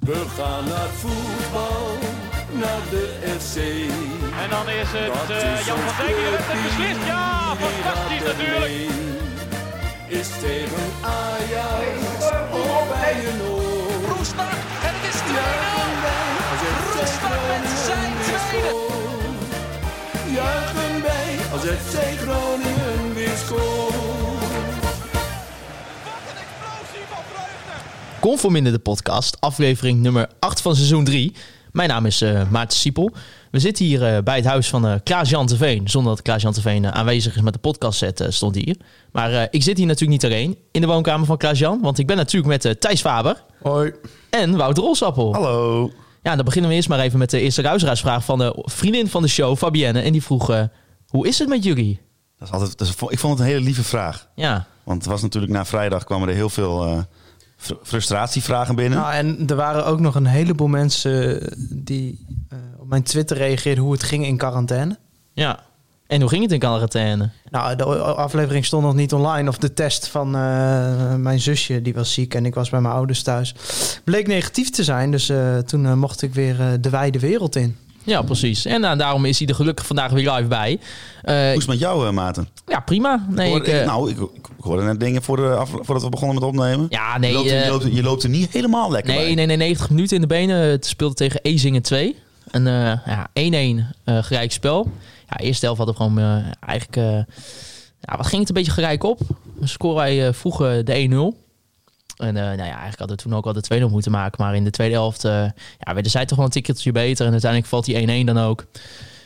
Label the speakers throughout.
Speaker 1: We gaan naar voetbal, naar de FC.
Speaker 2: En dan is het
Speaker 1: Dat
Speaker 2: eh,
Speaker 1: is
Speaker 2: Jan
Speaker 1: ons
Speaker 2: van Dijk die heeft het
Speaker 1: clubje.
Speaker 2: beslist. Ja,
Speaker 1: Iedereen
Speaker 2: fantastisch
Speaker 1: gaat erheen.
Speaker 2: natuurlijk.
Speaker 1: Is tegen Ajax of bij een oor.
Speaker 3: Roestak en het is 2-0. Roestak met zijn tweede.
Speaker 1: Juichen wij als FC Groningen weer scoort.
Speaker 3: Wat een explosie van vreugde.
Speaker 4: Conform in de podcast, aflevering nummer 8 van seizoen 3. Mijn naam is eh, Maarten Siepel. We zitten hier eh, bij het huis van eh Klaas-Jan Teveen. Zonder dat Klaas-Jan Teveen eh, aanwezig is met de podcastset, eh, stond hij hier. Maar eh, ik zit hier natuurlijk niet alleen in de woonkamer van Klaas-Jan. Want ik ben natuurlijk met eh, Thijs Faber
Speaker 5: Hoi.
Speaker 4: en Wouter Olsappel.
Speaker 5: Hallo.
Speaker 4: Ja, dan beginnen we eerst maar even met de eerste luisteraarsvraag van de vriendin van de show, Fabienne. En die vroeg, eh, hoe is het met jullie?
Speaker 5: Dat is altijd, dat is- ik vond het een hele lieve vraag.
Speaker 4: Ja,
Speaker 5: Want het was natuurlijk na vrijdag kwamen er heel veel eh, fr- frustratievragen binnen.
Speaker 6: Nou, en er waren ook nog een heleboel mensen die eh, op mijn Twitter reageerden hoe het ging in quarantaine.
Speaker 4: ja. En hoe ging het in quarantaine?
Speaker 6: Nou, de o- aflevering stond nog niet online. Of de test van eh, mijn zusje, die was ziek en ik was bij mijn ouders thuis. Bleek negatief te zijn, dus eh, toen eh, mocht ik weer eh, de wijde wereld in.
Speaker 4: Ja, precies. En nou, daarom is hij er gelukkig vandaag weer live bij. Eh,
Speaker 5: Hoe is het met jou, eh, Maarten?
Speaker 4: ja, prima. Nee,
Speaker 5: Hoor-
Speaker 4: ik, eh,
Speaker 5: nou, ik, ik, ik hoorde net dingen voor de, af- voordat we begonnen met opnemen.
Speaker 4: ja, nee,
Speaker 5: je, loopt, er-
Speaker 4: eh,
Speaker 5: je, loopt, er- je loopt er niet helemaal lekker bij.
Speaker 4: nee, nee, nee, 90 minuten in de benen. Het speelde tegen Ezingen 2. En eh, ja, 1-1 eh, gelijk spel. Ja, eerste helft hadden we gewoon eh, eigenlijk... eh, ja, wat ging het een beetje gelijk op? We scoren wij eh, vroeg eh, de 1-0. En eh, nou ja, eigenlijk hadden we toen ook al de 2-0 moeten maken. Maar in de tweede helft eh ja, werden zij toch wel een tikkeltje beter. En uiteindelijk valt die 1-1 dan ook.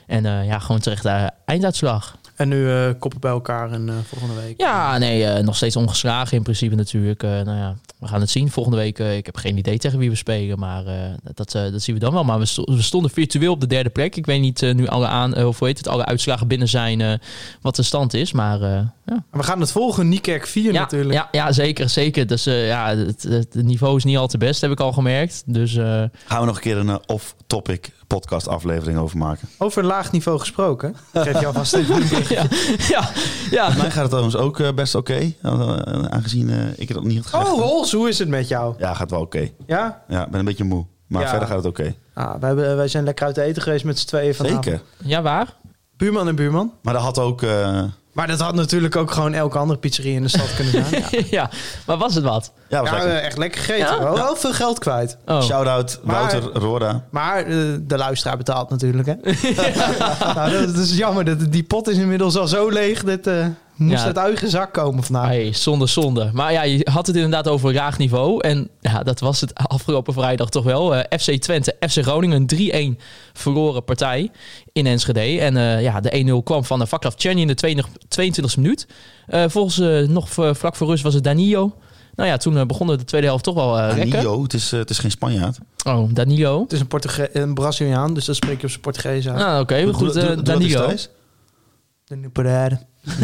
Speaker 4: En eh, ja, gewoon terecht eh, einduitslag.
Speaker 6: En nu eh, koppen bij elkaar en eh, volgende week.
Speaker 4: Ja, nee, eh, nog steeds ongeslagen in principe natuurlijk. Eh, nou ja, we gaan het zien. Volgende week, eh, ik heb geen idee tegen wie we spelen, maar eh, dat, eh, dat zien we dan wel. Maar we, sto- we stonden virtueel op de derde plek. Ik weet niet eh, nu alle, aan, eh, of hoe heet het, alle uitslagen binnen zijn eh, wat de stand is, maar eh, ja.
Speaker 6: We gaan het volgen, Niekerk 4
Speaker 4: Ja,
Speaker 6: natuurlijk.
Speaker 4: ja, ja, zeker, zeker. Dus eh, ja, het, het niveau is niet al te best, heb ik al gemerkt. Dus eh,
Speaker 5: Gaan we nog een keer een eh, off-topic podcast aflevering over maken.
Speaker 6: Over laag niveau gesproken. Ik geef je alvast even een bericht.
Speaker 4: ja, ja, ja.
Speaker 5: Mij gaat het trouwens ook eh, best oké. eh, aangezien eh, ik het nog niet had gezegd.
Speaker 6: Oh, Hols, hoe is het met jou?
Speaker 5: Ja, gaat wel oké.
Speaker 6: Ja?
Speaker 5: Ja, ik ben een beetje moe. Maar
Speaker 6: Ja.
Speaker 5: verder gaat het oké.
Speaker 6: Ah, wij, hebben- wij zijn lekker uit eten geweest met z'n tweeën vanavond.
Speaker 5: Zeker.
Speaker 4: ja, waar?
Speaker 6: Buurman en buurman.
Speaker 5: Maar dat had ook... eh,
Speaker 6: Maar dat had natuurlijk ook gewoon elke andere pizzeria in de stad kunnen zijn. ja,
Speaker 4: ja, maar was het wat?
Speaker 5: ja, was lekker.
Speaker 6: eh, echt lekker gegeten.
Speaker 4: Ja?
Speaker 6: Wel, wel veel geld kwijt.
Speaker 4: Oh.
Speaker 5: Shout-out
Speaker 6: Maar-
Speaker 5: Wouter Roda.
Speaker 6: Maar eh, de luisteraar betaalt natuurlijk, hè? nou, dat, dat is jammer. Dat, die pot is inmiddels al zo leeg. Dat eh, moest
Speaker 4: Ja.
Speaker 6: uit eigen zak komen vandaag.
Speaker 4: Hey, zonde, zonde. Maar ja, je had het inderdaad over een laag niveau. En ja, dat was het afgelopen vrijdag toch wel. Eh, FC Twente, FC Groningen, een 3-1 verloren partij in Enschede. En eh, ja, de 1-0 kwam van de Vaklav Chani in de 20 22e minuut. Eh, volgens eh, nog v- vlak voor rust was het Danilo. Nou ja, toen eh, begonnen de tweede helft toch wel eh rekken.
Speaker 5: Nio, het is, eh, het is geen Spanjaard.
Speaker 4: Oh, Danilo.
Speaker 6: Het is een, Portuge- een Braziliaan, dus dat spreek je op zijn Portugees uit.
Speaker 4: Nou, oké, goed. eh, Danilo.
Speaker 6: De Nupereire.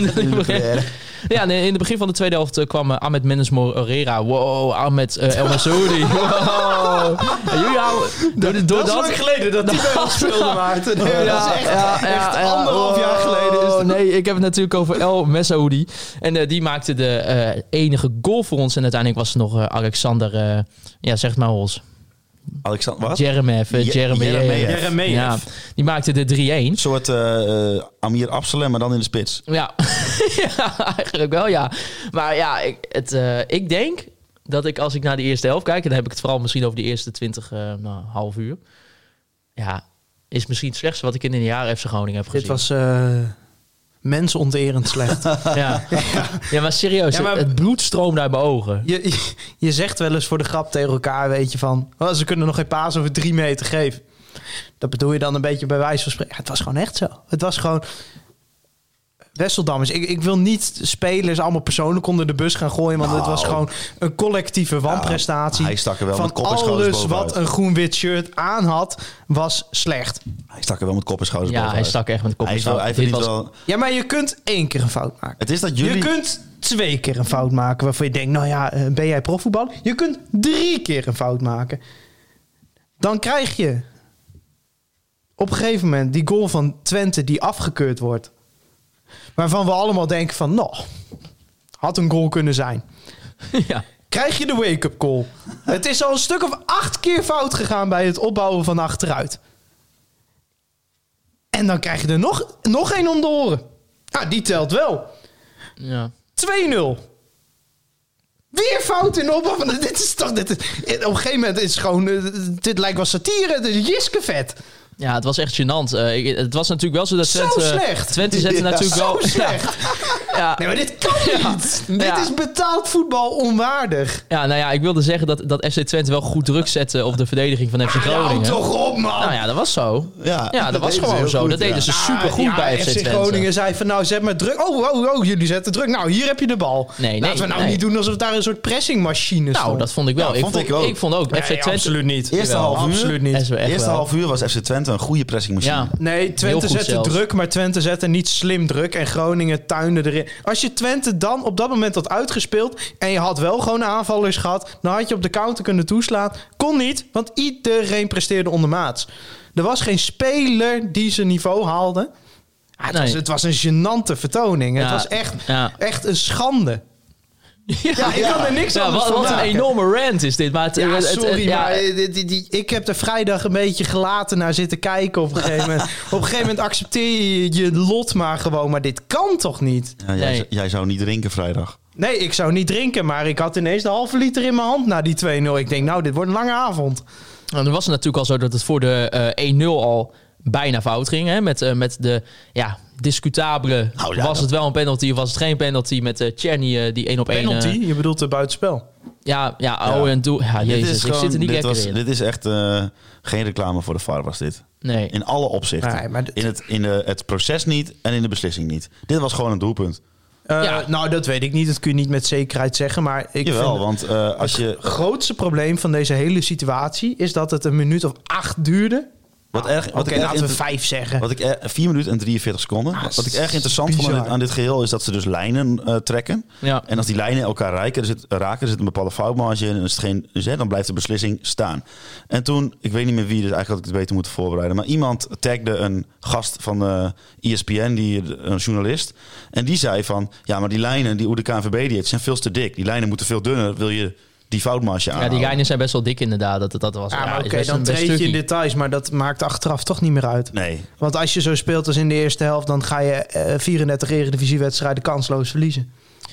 Speaker 4: Ja, nee, in het begin van de tweede helft eh, kwam eh, Ahmed Mendes Morera. Wow, Ahmed eh, El Masoudi. Wow. En jullie houden- door, door
Speaker 6: dat is lang geleden dat die bij ons speelde, Maarten. Nee, dat is echt, echt anderhalf jaar geleden. Is
Speaker 4: Oh,
Speaker 6: dat.
Speaker 4: nee, ik heb het natuurlijk over El Messaoudi. En eh, die maakte de eh, enige goal voor ons. En uiteindelijk was het nog eh, Alexander... eh, ja, zeg het maar ons.
Speaker 5: Alexander, wat?
Speaker 4: Jeremev. eh,
Speaker 5: Je-
Speaker 4: Jeremejev.
Speaker 5: Jeremejev.
Speaker 6: Jeremejev.
Speaker 4: Ja, die maakte de 3-1.
Speaker 5: Een soort eh, eh, Amir Absalem, maar dan in de spits.
Speaker 4: Ja. ja, eigenlijk wel, ja. Maar ja, ik, het, eh, ik denk dat ik als ik naar de eerste helft kijk... en dan heb ik het vooral misschien over die eerste 20, eh, nou, half uur... ja, is misschien het slechtste wat ik in een jaar FC Groningen heb gezien.
Speaker 6: Dit was eh mensonterend slecht.
Speaker 4: Ja, ja maar serieus,
Speaker 6: Ja, maar-
Speaker 4: het bloed stroomde uit mijn ogen.
Speaker 6: je, je, je zegt wel eens voor de grap tegen elkaar, weet je, van... "Oh, ze kunnen nog geen paas over drie meter geven. Dat bedoel je dan een beetje bij wijze van spreken. Ja, het was gewoon echt zo. Het was gewoon... Wesseldammers, ik, ik wil niet spelers allemaal persoonlijk onder de bus gaan gooien... want het was
Speaker 5: Nou.
Speaker 6: gewoon een collectieve wanprestatie.
Speaker 5: hij stak er wel
Speaker 6: van
Speaker 5: met kop en schouders
Speaker 6: alles wat
Speaker 5: bovenuit.
Speaker 6: een groen-wit shirt aan had, was slecht.
Speaker 5: Hij stak er wel met kop en schouders
Speaker 4: Ja, hij
Speaker 5: bovenuit.
Speaker 4: stak echt met de kop.
Speaker 5: Hij,
Speaker 4: in
Speaker 5: is wel,
Speaker 4: zand.
Speaker 5: hij
Speaker 4: Dit
Speaker 5: verdient
Speaker 4: was
Speaker 5: wel...
Speaker 6: Ja, maar je kunt één keer een fout maken.
Speaker 5: Het is dat jullie...
Speaker 6: Je kunt twee keer een fout maken waarvan je denkt, nou ja, eh, ben jij profvoetballer? Je kunt drie keer een fout maken. Dan krijg je op een gegeven moment die goal van Twente die afgekeurd wordt. Waarvan we allemaal denken van, nou, had een goal kunnen zijn.
Speaker 4: ja.
Speaker 6: krijg je de wake-up call. het is al een stuk of acht keer fout gegaan bij het opbouwen van achteruit. En dan krijg je er nog, nog één om de oren. Nou, die telt wel.
Speaker 4: Ja.
Speaker 6: 2-0. Weer fout in de opbouw. van- Dit is toch... Dit is- op een gegeven moment is het gewoon... eh, Dit lijkt wel satire. Dit is Jiske vet.
Speaker 4: ja, het was echt gênant. Eh, ik- het was natuurlijk wel zo dat
Speaker 6: Zo
Speaker 4: Twente...
Speaker 6: slecht.
Speaker 4: Twente zette
Speaker 5: Ja.
Speaker 4: natuurlijk
Speaker 6: Zo
Speaker 4: wel...
Speaker 6: slecht.
Speaker 4: Ja, ja.
Speaker 6: Nee, maar dit kan niet.
Speaker 4: Ja.
Speaker 6: Dit
Speaker 4: Ja.
Speaker 6: is betaald voetbal onwaardig.
Speaker 4: Ja, nou ja, ik wilde zeggen dat, dat FC Twente wel goed druk zette op de verdediging van FC
Speaker 6: Hou
Speaker 4: Groningen.
Speaker 6: Ah, toch op, man.
Speaker 4: nou ja, dat was zo.
Speaker 5: Ja,
Speaker 4: Ja, dat, was
Speaker 5: deden ze
Speaker 4: gewoon
Speaker 5: heel
Speaker 4: zo.
Speaker 5: goed,
Speaker 4: dat
Speaker 5: ja.
Speaker 4: deden ze supergoed
Speaker 6: Ah, Ja,
Speaker 4: bij FC, Twente.
Speaker 6: Groningen zei van nou zet maar druk. Oh, oh, oh, jullie zetten druk. Nou, hier heb je de bal.
Speaker 4: Nee, nee,
Speaker 6: Laten we nou
Speaker 4: nee.
Speaker 6: niet doen alsof daar een soort pressingmachine
Speaker 4: Nou, dat vond ik wel.
Speaker 5: Ja,
Speaker 4: ik,
Speaker 5: vond
Speaker 4: vond,
Speaker 5: ik ook.
Speaker 4: ik vond ook
Speaker 6: Nee,
Speaker 4: FC Twente...
Speaker 6: absoluut niet.
Speaker 5: Eerste
Speaker 4: Jawel,
Speaker 5: half uur.
Speaker 6: absoluut niet.
Speaker 4: SW echt
Speaker 5: Eerste
Speaker 4: wel.
Speaker 5: half uur was FC Twente een goede pressingmachine.
Speaker 4: Ja.
Speaker 6: Nee, Twente
Speaker 4: goed
Speaker 6: zette
Speaker 4: zelfs.
Speaker 6: druk, maar Twente zette niet slim druk. En Groningen tuinde erin. Als je Twente dan op dat moment had uitgespeeld... en je had wel gewoon aanvallers gehad... dan had je op de counter kunnen toeslaan. Kon niet, want iedereen presteerde ondermaats. Er was geen speler die zijn niveau haalde. Ah, het,
Speaker 4: Nee.
Speaker 6: was, het was een gênante vertoning.
Speaker 4: Ja,
Speaker 6: Het was echt,
Speaker 4: ja.
Speaker 6: echt een schande. Ja, ik kan er niks
Speaker 4: Ja,
Speaker 6: aan
Speaker 4: wat, wat een enorme rant is dit. Maar het,
Speaker 6: ja,
Speaker 4: het- het-
Speaker 6: sorry,
Speaker 4: ja,
Speaker 6: maar eh, die- die- die- ik heb er vrijdag een beetje gelaten naar zitten kijken op een gegeven moment. op een gegeven moment accepteer je je lot maar gewoon, maar dit kan toch niet?
Speaker 5: Ja, jij,
Speaker 4: Nee.
Speaker 5: z- jij zou niet drinken vrijdag.
Speaker 6: Nee, ik zou niet drinken, maar ik had ineens de halve liter in mijn hand na die 2-0. Ik denk, nou, dit wordt een lange avond.
Speaker 4: Nou, dan was het natuurlijk al zo dat het voor de eh, 1-0 al bijna fout ging. Hè? Met, eh, met de ja, discutabele,
Speaker 5: Nou ja,
Speaker 4: was
Speaker 5: dat-
Speaker 4: het wel een penalty of was het geen penalty? Met eh Czerny eh, die 1 op 1.
Speaker 6: Penalty, je bedoelt de buitenspel.
Speaker 4: ja, ja, oh
Speaker 5: Ja.
Speaker 4: en doe. Ja,
Speaker 5: dit
Speaker 4: jezus,
Speaker 5: is
Speaker 4: ik
Speaker 5: gewoon-
Speaker 4: zit er niet
Speaker 5: dit,
Speaker 4: lekker
Speaker 5: was,
Speaker 4: in.
Speaker 5: dit is echt eh, geen reclame voor de VAR was dit.
Speaker 4: nee.
Speaker 5: In alle opzichten.
Speaker 6: Nee, maar dit-
Speaker 5: In, het, in de, het proces niet en in de beslissing niet. Dit was gewoon een doelpunt.
Speaker 6: Eh,
Speaker 4: Ja.
Speaker 6: Nou, dat weet ik niet. Dat kun je niet met zekerheid zeggen, maar ik
Speaker 5: Jawel,
Speaker 6: vind... Ah,
Speaker 5: want eh, als je...
Speaker 6: Het grootste probleem van deze hele situatie is dat het een minuut of acht duurde.
Speaker 5: Wat erg, wat
Speaker 6: Oké,
Speaker 5: ik erg
Speaker 6: laten we
Speaker 5: inter-
Speaker 6: vijf zeggen.
Speaker 5: Wat ik er- 4 minuten en 43 seconden.
Speaker 6: Ah,
Speaker 5: wat ik erg interessant
Speaker 6: bizar.
Speaker 5: vond aan dit, aan dit geheel is dat ze dus lijnen eh, trekken.
Speaker 4: Ja.
Speaker 5: En als die lijnen elkaar raken, er zit, raken, er zit een bepaalde foutmarge in. En is het geen, dus, hè, dan blijft de beslissing staan. En toen, ik weet niet meer wie, dus eigenlijk had ik het beter moeten voorbereiden. Maar iemand tagde een gast van eh ESPN, die, een journalist. En die zei van, ja, maar die lijnen die hoe de KNVB die heeft, zijn veel te dik. Die lijnen moeten veel dunner, wil je die foutmarge aan.
Speaker 4: ja, die lijnen zijn best wel dik inderdaad. Dat, dat was,
Speaker 6: Ja, Ah, maar
Speaker 4: is
Speaker 6: oké,
Speaker 4: best
Speaker 6: dan
Speaker 4: een- best
Speaker 6: treed je in
Speaker 4: stukkie.
Speaker 6: details, maar dat maakt achteraf toch niet meer uit.
Speaker 5: Nee,
Speaker 6: Want als je zo speelt als in de eerste helft, dan ga je eh, 34 eredivisiewedstrijden kansloos verliezen.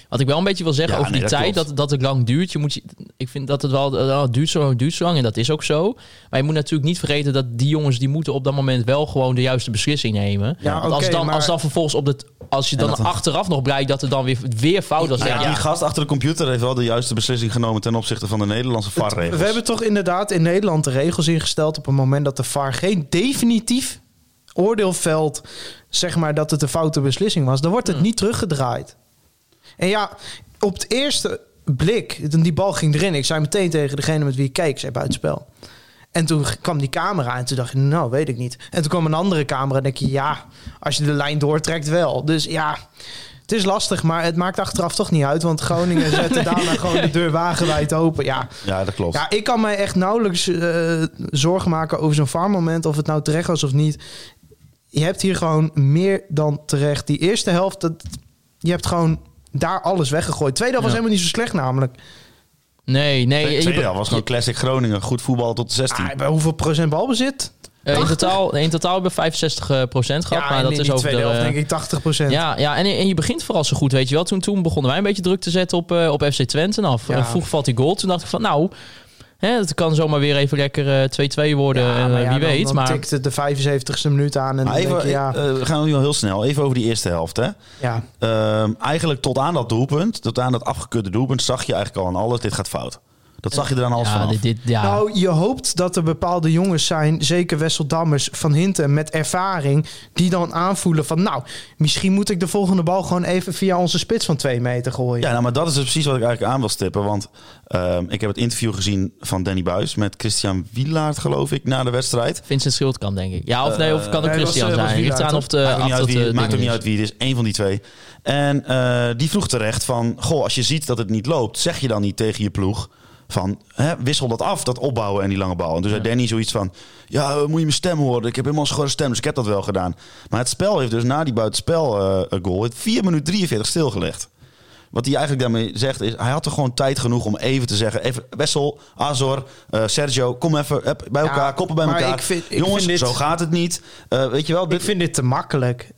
Speaker 4: Wat ik wel een beetje wil zeggen
Speaker 5: Ja,
Speaker 4: over
Speaker 5: nee,
Speaker 4: die
Speaker 5: dat
Speaker 4: tijd,
Speaker 5: klopt.
Speaker 4: dat, dat het lang duurt. Je moet, je- ik vind dat het wel eh, het duurt zo lang, het duurt zo lang en dat is ook zo. Maar je moet natuurlijk niet vergeten dat die jongens die moeten op dat moment wel gewoon de juiste beslissing nemen.
Speaker 6: Ja,
Speaker 4: Want als,
Speaker 6: oké,
Speaker 4: dan,
Speaker 6: maar-
Speaker 4: als dan vervolgens op het, als je dan,
Speaker 5: dat dan-
Speaker 4: achteraf nog blijkt dat er dan weer, weer fout was.
Speaker 5: Nou
Speaker 4: Ja,
Speaker 5: ja, die gast achter de computer heeft wel de juiste beslissing genomen ten opzichte van de Nederlandse
Speaker 6: We
Speaker 5: VAR-regels.
Speaker 6: hebben toch inderdaad in Nederland de regels ingesteld op het moment dat de VAR geen definitief oordeel velt, zeg maar dat het een foute beslissing was,
Speaker 4: Hmm.
Speaker 6: dan wordt het niet teruggedraaid. En ja, op het eerste blik, toen die bal ging erin, ik zei meteen tegen degene met wie ik keek, ik zei buitenspel. En toen kwam die camera en toen dacht ik, nou weet ik niet. En toen kwam een andere camera en denk je, ja, als je de lijn doortrekt wel. Dus ja, het is lastig, maar het maakt achteraf toch niet uit. Want Groningen zette daarna gewoon de deur wagenwijd open. Ja,
Speaker 5: Ja, dat klopt.
Speaker 6: ja, ik kan mij echt nauwelijks eh, zorgen maken over zo'n farmmoment. Of het nou terecht was of niet. Je hebt hier gewoon meer dan terecht. Die eerste helft, dat, je hebt gewoon daar alles weggegooid. Tweede helft
Speaker 4: Ja.
Speaker 6: was helemaal niet zo slecht namelijk.
Speaker 4: Nee, nee.
Speaker 5: Nee,
Speaker 4: je-
Speaker 5: tweede helft was gewoon classic Groningen. Goed voetbal tot de 16.
Speaker 6: Ah, bij hoeveel procent balbezit?
Speaker 4: eh, in, totaal, in totaal hebben we 65 eh, procent gehad. maar
Speaker 6: en
Speaker 4: dat
Speaker 6: in
Speaker 4: is
Speaker 6: die
Speaker 4: over
Speaker 6: tweede
Speaker 4: de,
Speaker 6: helft
Speaker 4: eh,
Speaker 6: denk ik 80 procent.
Speaker 4: Ja, ja en, en je begint vooral zo goed, weet je wel. Toen, toen begonnen wij een beetje druk te zetten op, eh, op FC Twente. En af.
Speaker 6: Ja.
Speaker 4: En vroeg valt die goal. Toen dacht ik van, nou, hè, het kan zomaar weer even lekker eh, 2-2 worden. en, eh, wie weet.
Speaker 6: dan,
Speaker 4: maar
Speaker 6: tikte de 75ste minuut aan en dan
Speaker 5: Maar even,
Speaker 6: denk je, ja,
Speaker 5: eh, we gaan nu al heel snel. Even over die eerste helft. Hè.
Speaker 6: ja.
Speaker 5: Ehm, eigenlijk tot aan dat doelpunt, tot aan dat afgekeurde doelpunt, zag je eigenlijk al aan alles, dit gaat fout. Dat zag je er aan alles
Speaker 4: ja,
Speaker 5: vanaf.
Speaker 4: dit, dit, ja.
Speaker 6: Nou, je hoopt dat er bepaalde jongens zijn, zeker Wesseldammers van Hinten met ervaring, die dan aanvoelen van nou, misschien moet ik de volgende bal gewoon even via onze spits van twee meter gooien.
Speaker 5: Ja, nou, maar dat is dus precies wat ik eigenlijk aan wil stippen. Want ehm, ik heb het interview gezien van Danny Buis met Christian Wielaert, geloof ik, na de wedstrijd.
Speaker 4: Vincent Schild kan, denk ik. Ja, of nee, of het kan ook
Speaker 6: nee, was,
Speaker 4: Christian
Speaker 6: eh, was
Speaker 4: zijn. Ligt
Speaker 6: Wieland,
Speaker 4: eraan
Speaker 6: toch?
Speaker 4: of de...
Speaker 5: maakt ook niet,
Speaker 4: of
Speaker 5: uit
Speaker 4: dat,
Speaker 5: wie,
Speaker 4: eh,
Speaker 5: maakt ook
Speaker 4: ding
Speaker 5: niet uit wie het is, één van die twee. En eh, die vroeg terecht van, goh, als je ziet dat het niet loopt, zeg je dan niet tegen je ploeg van, hè, wissel dat af, dat opbouwen en die lange bal. En toen zei Danny zoiets van, ja, eh, moet je mijn stem horen? Ik heb helemaal een schorre stem, dus ik heb dat wel gedaan. Maar het spel heeft dus na die buitenspel eh, goal, het 4 minuten 43 stilgelegd. Wat hij eigenlijk daarmee zegt is, hij had er gewoon tijd genoeg om even te zeggen, even Wessel, Azor, eh, Sergio, kom even hup, bij
Speaker 6: Ja,
Speaker 5: elkaar, koppen bij
Speaker 6: maar
Speaker 5: elkaar.
Speaker 6: ik vind- ik
Speaker 5: Jongens,
Speaker 6: vind dit-
Speaker 5: zo gaat het niet. Eh, weet je wel, dit,
Speaker 6: Ik vind dit te makkelijk.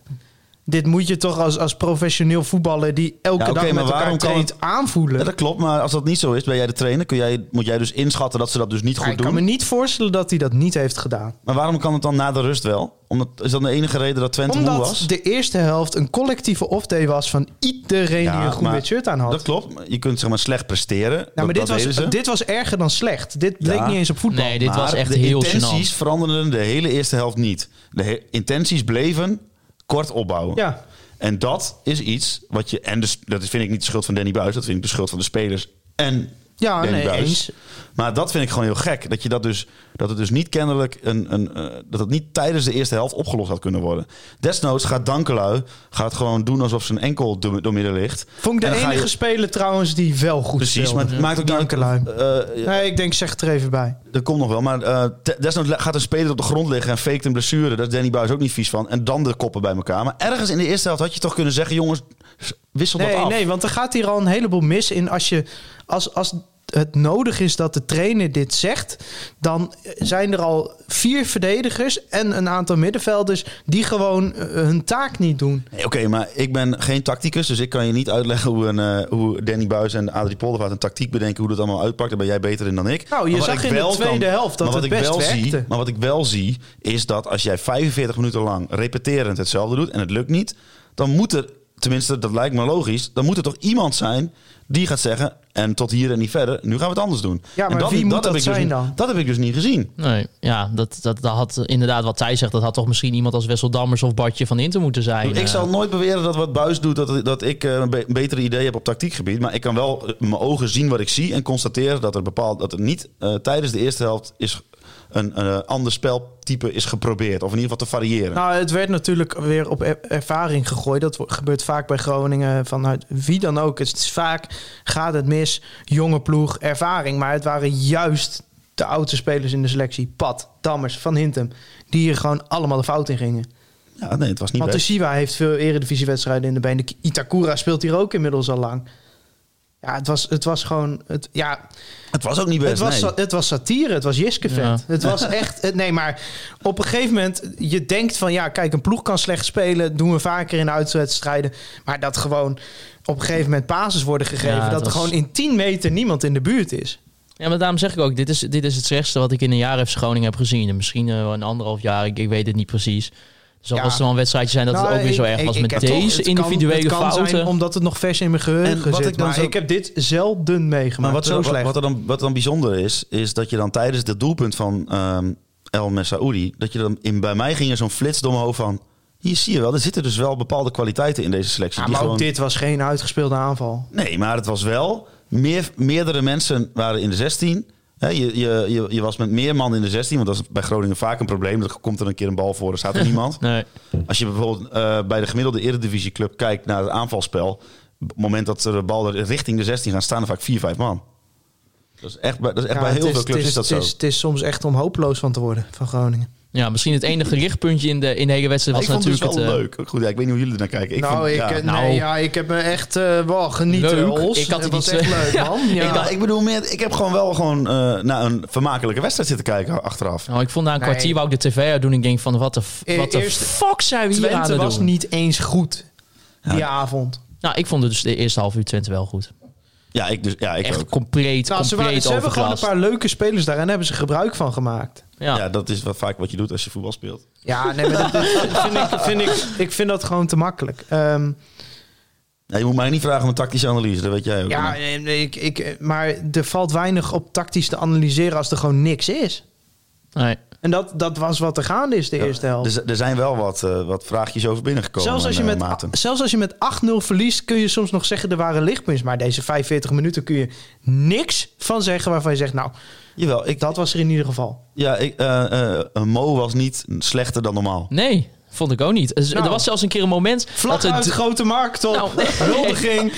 Speaker 6: Dit moet je toch als, als professioneel voetballer die elke
Speaker 5: Ja, oké,
Speaker 6: dag
Speaker 5: maar
Speaker 6: met elkaar
Speaker 5: waarom kan
Speaker 6: traint aanvoelen.
Speaker 5: Ja, dat klopt, maar als dat niet zo is, ben jij de trainer, kun jij, moet jij dus inschatten dat ze dat dus niet
Speaker 6: Maar
Speaker 5: goed
Speaker 6: ik
Speaker 5: doen.
Speaker 6: kan me niet voorstellen dat hij dat niet heeft gedaan.
Speaker 5: Maar waarom kan het dan na de rust wel? Omdat, is dat de enige reden dat Twente moe
Speaker 6: Omdat
Speaker 5: was?
Speaker 6: de eerste helft een collectieve off-day was van iedereen
Speaker 5: Ja,
Speaker 6: die een goed
Speaker 5: maar
Speaker 6: wit shirt aan had.
Speaker 5: Dat klopt. maar Je kunt zeg maar slecht presteren.
Speaker 6: nou,
Speaker 5: dat,
Speaker 6: maar dit,
Speaker 5: dat deden
Speaker 6: was,
Speaker 5: ze.
Speaker 6: dit was erger dan slecht. Dit bleek
Speaker 5: Ja.
Speaker 6: niet eens op voetbal.
Speaker 4: Nee, dit
Speaker 5: Maar
Speaker 4: was echt
Speaker 5: de
Speaker 4: heel
Speaker 5: intenties
Speaker 4: gênant.
Speaker 5: veranderden de hele eerste helft niet. De he- intenties bleven kort opbouwen.
Speaker 6: Ja.
Speaker 5: En dat is iets wat je... En dus, dat vind ik niet de schuld van Danny Buis. Dat vind ik de schuld van de spelers en
Speaker 6: Ja,
Speaker 5: Danny
Speaker 6: nee,
Speaker 5: Buijs.
Speaker 6: eens.
Speaker 5: Maar dat vind ik gewoon heel gek. Dat, je dat, dus, dat het dus niet kennelijk... Een, een, eh, dat het niet tijdens de eerste helft opgelost had kunnen worden. Desnoods gaat Dankelui gaat gewoon doen alsof zijn enkel do- door midden ligt.
Speaker 6: Vond ik
Speaker 5: En
Speaker 6: de
Speaker 5: dan ga
Speaker 6: enige
Speaker 5: je-
Speaker 6: speler trouwens die wel goed
Speaker 5: Precies, maar het maakt ook niet... uit-
Speaker 6: Dankelui.
Speaker 5: eh,
Speaker 6: Nee, ik denk zeg het er even bij.
Speaker 5: Dat komt nog wel, maar eh, te- desnoods le- gaat een speler op de grond liggen en faked een blessure. Daar is Danny Buis ook niet vies van. En dan de koppen bij elkaar. Maar ergens in de eerste helft had je toch kunnen zeggen, jongens, s- wissel
Speaker 6: Nee,
Speaker 5: dat af.
Speaker 6: nee, want er gaat hier al een heleboel mis in. Als, je, als, als het nodig is dat de trainer dit zegt, dan zijn er al vier verdedigers en een aantal middenvelders die gewoon eh, hun taak niet doen.
Speaker 5: Nee, Oké, maar ik ben geen tacticus, dus ik kan je niet uitleggen hoe, een, eh, hoe Danny Buis en Adrie Poldervaart een tactiek bedenken, hoe dat allemaal uitpakt. Daar ben jij beter in dan ik.
Speaker 6: Nou, je
Speaker 5: Maar wat
Speaker 6: zag
Speaker 5: ik
Speaker 6: in de
Speaker 5: wel
Speaker 6: tweede helft dat
Speaker 5: maar wat
Speaker 6: het
Speaker 5: ik
Speaker 6: best
Speaker 5: wel Zie,
Speaker 6: werkte.
Speaker 5: maar wat ik wel zie, is dat als jij 45 minuten lang repeterend hetzelfde doet en het lukt niet, dan moet er, tenminste dat lijkt me logisch, dan moet er toch iemand zijn die gaat zeggen, en tot hier en niet verder, nu gaan we het anders doen.
Speaker 6: Ja,
Speaker 5: En
Speaker 6: maar wie moet
Speaker 5: heb
Speaker 6: dat
Speaker 5: ik dus
Speaker 6: zijn
Speaker 5: niet-
Speaker 6: dan?
Speaker 5: Dat heb ik dus niet gezien.
Speaker 4: Nee, ja, dat, dat, dat had eh, inderdaad wat zij zegt. Dat had toch misschien iemand als Wessel Dammers of Bartje van Inter moeten zijn.
Speaker 5: Ik
Speaker 4: eh.
Speaker 5: zal nooit beweren dat wat Buis doet, dat, dat ik eh, een be- een betere idee heb op tactiekgebied. Maar ik kan wel eh, mijn ogen zien wat ik zie en constateren dat er bepaald dat er niet eh, tijdens de eerste helft is een, een eh, ander speltype is geprobeerd. Of in ieder geval te variëren.
Speaker 6: Nou, het werd natuurlijk weer op er- ervaring gegooid. Dat wo- gebeurt vaak bij Groningen vanuit wie dan ook. Het is vaak gaat het mis, jonge ploeg, ervaring. Maar het waren juist de oudste spelers in de selectie. Pat, Dammers, Van Hintem. Die hier gewoon allemaal de fout in gingen.
Speaker 5: ja, nee, het was niet
Speaker 6: Want de
Speaker 5: best.
Speaker 6: Siwa heeft veel eredivisiewedstrijden in de been. De Ki- Itakura speelt hier ook inmiddels al lang. Ja, het was, het was gewoon... Het, ja,
Speaker 5: Het was ook niet best.
Speaker 6: het, was,
Speaker 5: nee.
Speaker 6: sa- het was satire, het was Jiskevet.
Speaker 4: Ja.
Speaker 6: Het was echt... het- nee, maar op een gegeven moment... Je denkt van, ja, kijk, een ploeg kan slecht spelen. Doen we vaker in uitwedstrijden. Maar dat gewoon op een gegeven moment basis worden gegeven.
Speaker 4: Ja, het
Speaker 6: dat er
Speaker 4: was-
Speaker 6: gewoon in 10 meter niemand in de buurt is.
Speaker 4: Ja, maar daarom zeg ik ook, dit is, dit is het slechtste wat ik in een jaar FC Groningen heb gezien. En misschien eh, wel een anderhalf jaar, ik, ik weet het niet precies. Dus
Speaker 6: Ja.
Speaker 4: als er wel een wedstrijdje zijn dat
Speaker 6: Nou,
Speaker 4: het ook weer zo
Speaker 6: ik-
Speaker 4: erg
Speaker 6: ik-
Speaker 4: was
Speaker 6: ik
Speaker 4: met
Speaker 6: heb toch-
Speaker 4: deze
Speaker 6: het kan-
Speaker 4: individuele
Speaker 6: het kan zijn
Speaker 4: fouten.
Speaker 6: omdat het nog vers in mijn
Speaker 5: En
Speaker 6: geheugen
Speaker 5: wat
Speaker 6: zit.
Speaker 5: ik dan
Speaker 6: maar
Speaker 5: zo-
Speaker 6: ik heb dit zelden meegemaakt.
Speaker 5: Maar wat,
Speaker 6: zo
Speaker 5: zo,
Speaker 6: slecht.
Speaker 5: wat, wat er dan, wat dan bijzonder is, is dat je dan tijdens het doelpunt van ehm, El Messaoudi, dat je dan in, bij mij ging er zo'n flits door mijn hoofd van. Hier zie je wel, er zitten dus wel bepaalde kwaliteiten in deze selectie.
Speaker 6: Ja,
Speaker 5: die
Speaker 6: maar ook
Speaker 5: gewoon-
Speaker 6: dit was geen uitgespeelde aanval.
Speaker 5: Nee, maar het was wel. Meer, meerdere mensen waren in de 16. Hè, je, je, je, je was met meer man in de 16, want dat is bij Groningen vaak een probleem. Dan komt er een keer een bal voor, er staat er niemand.
Speaker 4: Nee.
Speaker 5: Als je bijvoorbeeld eh, bij de gemiddelde eredivisieclub kijkt naar het aanvalspel. Op het moment dat er de bal er richting de 16 gaat, staan er vaak 4, 5 man. Dat is echt bij, dat is echt
Speaker 6: Ja,
Speaker 5: bij heel
Speaker 6: het is-
Speaker 5: veel clubs
Speaker 6: het
Speaker 5: is, dat
Speaker 6: is,
Speaker 5: zo.
Speaker 6: het is, het is soms echt om hopeloos van te worden van Groningen.
Speaker 4: Ja, misschien het enige richtpuntje in de, in de hele wedstrijd
Speaker 5: ik
Speaker 4: was
Speaker 5: vond het
Speaker 4: natuurlijk
Speaker 5: dus wel
Speaker 4: het, eh,
Speaker 5: leuk. Goed, ja, ik weet niet hoe jullie er naar kijken. Ik vond,
Speaker 6: nou, ik,
Speaker 5: ja.
Speaker 6: eh,
Speaker 4: Nou.
Speaker 6: Nee, ja, ik heb me echt eh wel genieten.
Speaker 4: Leuk.
Speaker 6: Os.
Speaker 4: Ik had eh,
Speaker 6: het
Speaker 4: die
Speaker 6: was
Speaker 4: twee-
Speaker 6: echt leuk, man. Ja.
Speaker 5: ik, dacht- ik bedoel, meer, ik heb gewoon wel gewoon, eh, naar een vermakelijke wedstrijd zitten kijken achteraf.
Speaker 4: Nou, ik vond na een
Speaker 6: Nee.
Speaker 4: kwartier wou ik de tv uitdoen. Ik denk van, wat de, f-
Speaker 6: Eh,
Speaker 4: wat de
Speaker 6: eerst-
Speaker 4: fuck zijn we hier aan
Speaker 6: Twente
Speaker 4: het
Speaker 6: was
Speaker 4: doen?
Speaker 6: niet eens goed die avond.
Speaker 4: Nou, ik vond dus de eerste half uur Twente wel goed.
Speaker 5: Ja, ik, dus, ja, ik
Speaker 4: Echt
Speaker 5: ook.
Speaker 4: compleet,
Speaker 6: Nou, ze, waren,
Speaker 4: compleet
Speaker 6: ze hebben gewoon een
Speaker 4: overklast.
Speaker 6: paar leuke spelers daar en hebben ze gebruik van gemaakt.
Speaker 4: Ja.
Speaker 5: Ja, dat is wat, vaak wat je doet als je voetbal speelt.
Speaker 6: Ja, nee, maar dat vind ik, vind ik, ik vind dat gewoon te makkelijk. Ehm,
Speaker 5: Ja, je moet mij niet vragen om een tactische analyse, dat weet jij ook.
Speaker 6: ja, nee, nee, ik, ik, eh, maar er valt weinig op tactisch te analyseren als er gewoon niks is.
Speaker 4: Nee.
Speaker 6: En dat, dat was wat er gaande is de
Speaker 5: Ja,
Speaker 6: eerste helft.
Speaker 5: Dus, Er, er zijn wel wat, eh, wat vraagjes over binnengekomen.
Speaker 6: Zelfs als, je
Speaker 5: eh,
Speaker 6: met,
Speaker 5: Maarten.
Speaker 6: zelfs als je met 8-0 verliest, kun je soms nog zeggen er waren lichtpunten. Maar deze 45 minuten kun je niks van zeggen waarvan je zegt, nou,
Speaker 5: Jawel, ik,
Speaker 6: dat was er in ieder geval.
Speaker 5: ja, ik, eh, eh, een Mo was niet slechter dan normaal.
Speaker 4: nee, vond ik ook niet. Dus, Er-
Speaker 6: Nou.
Speaker 4: Er was zelfs een keer een moment...
Speaker 6: Vlag
Speaker 4: dat er
Speaker 6: uit,
Speaker 4: d-
Speaker 6: grote markt op,
Speaker 4: Nou, nee.
Speaker 6: huldiging.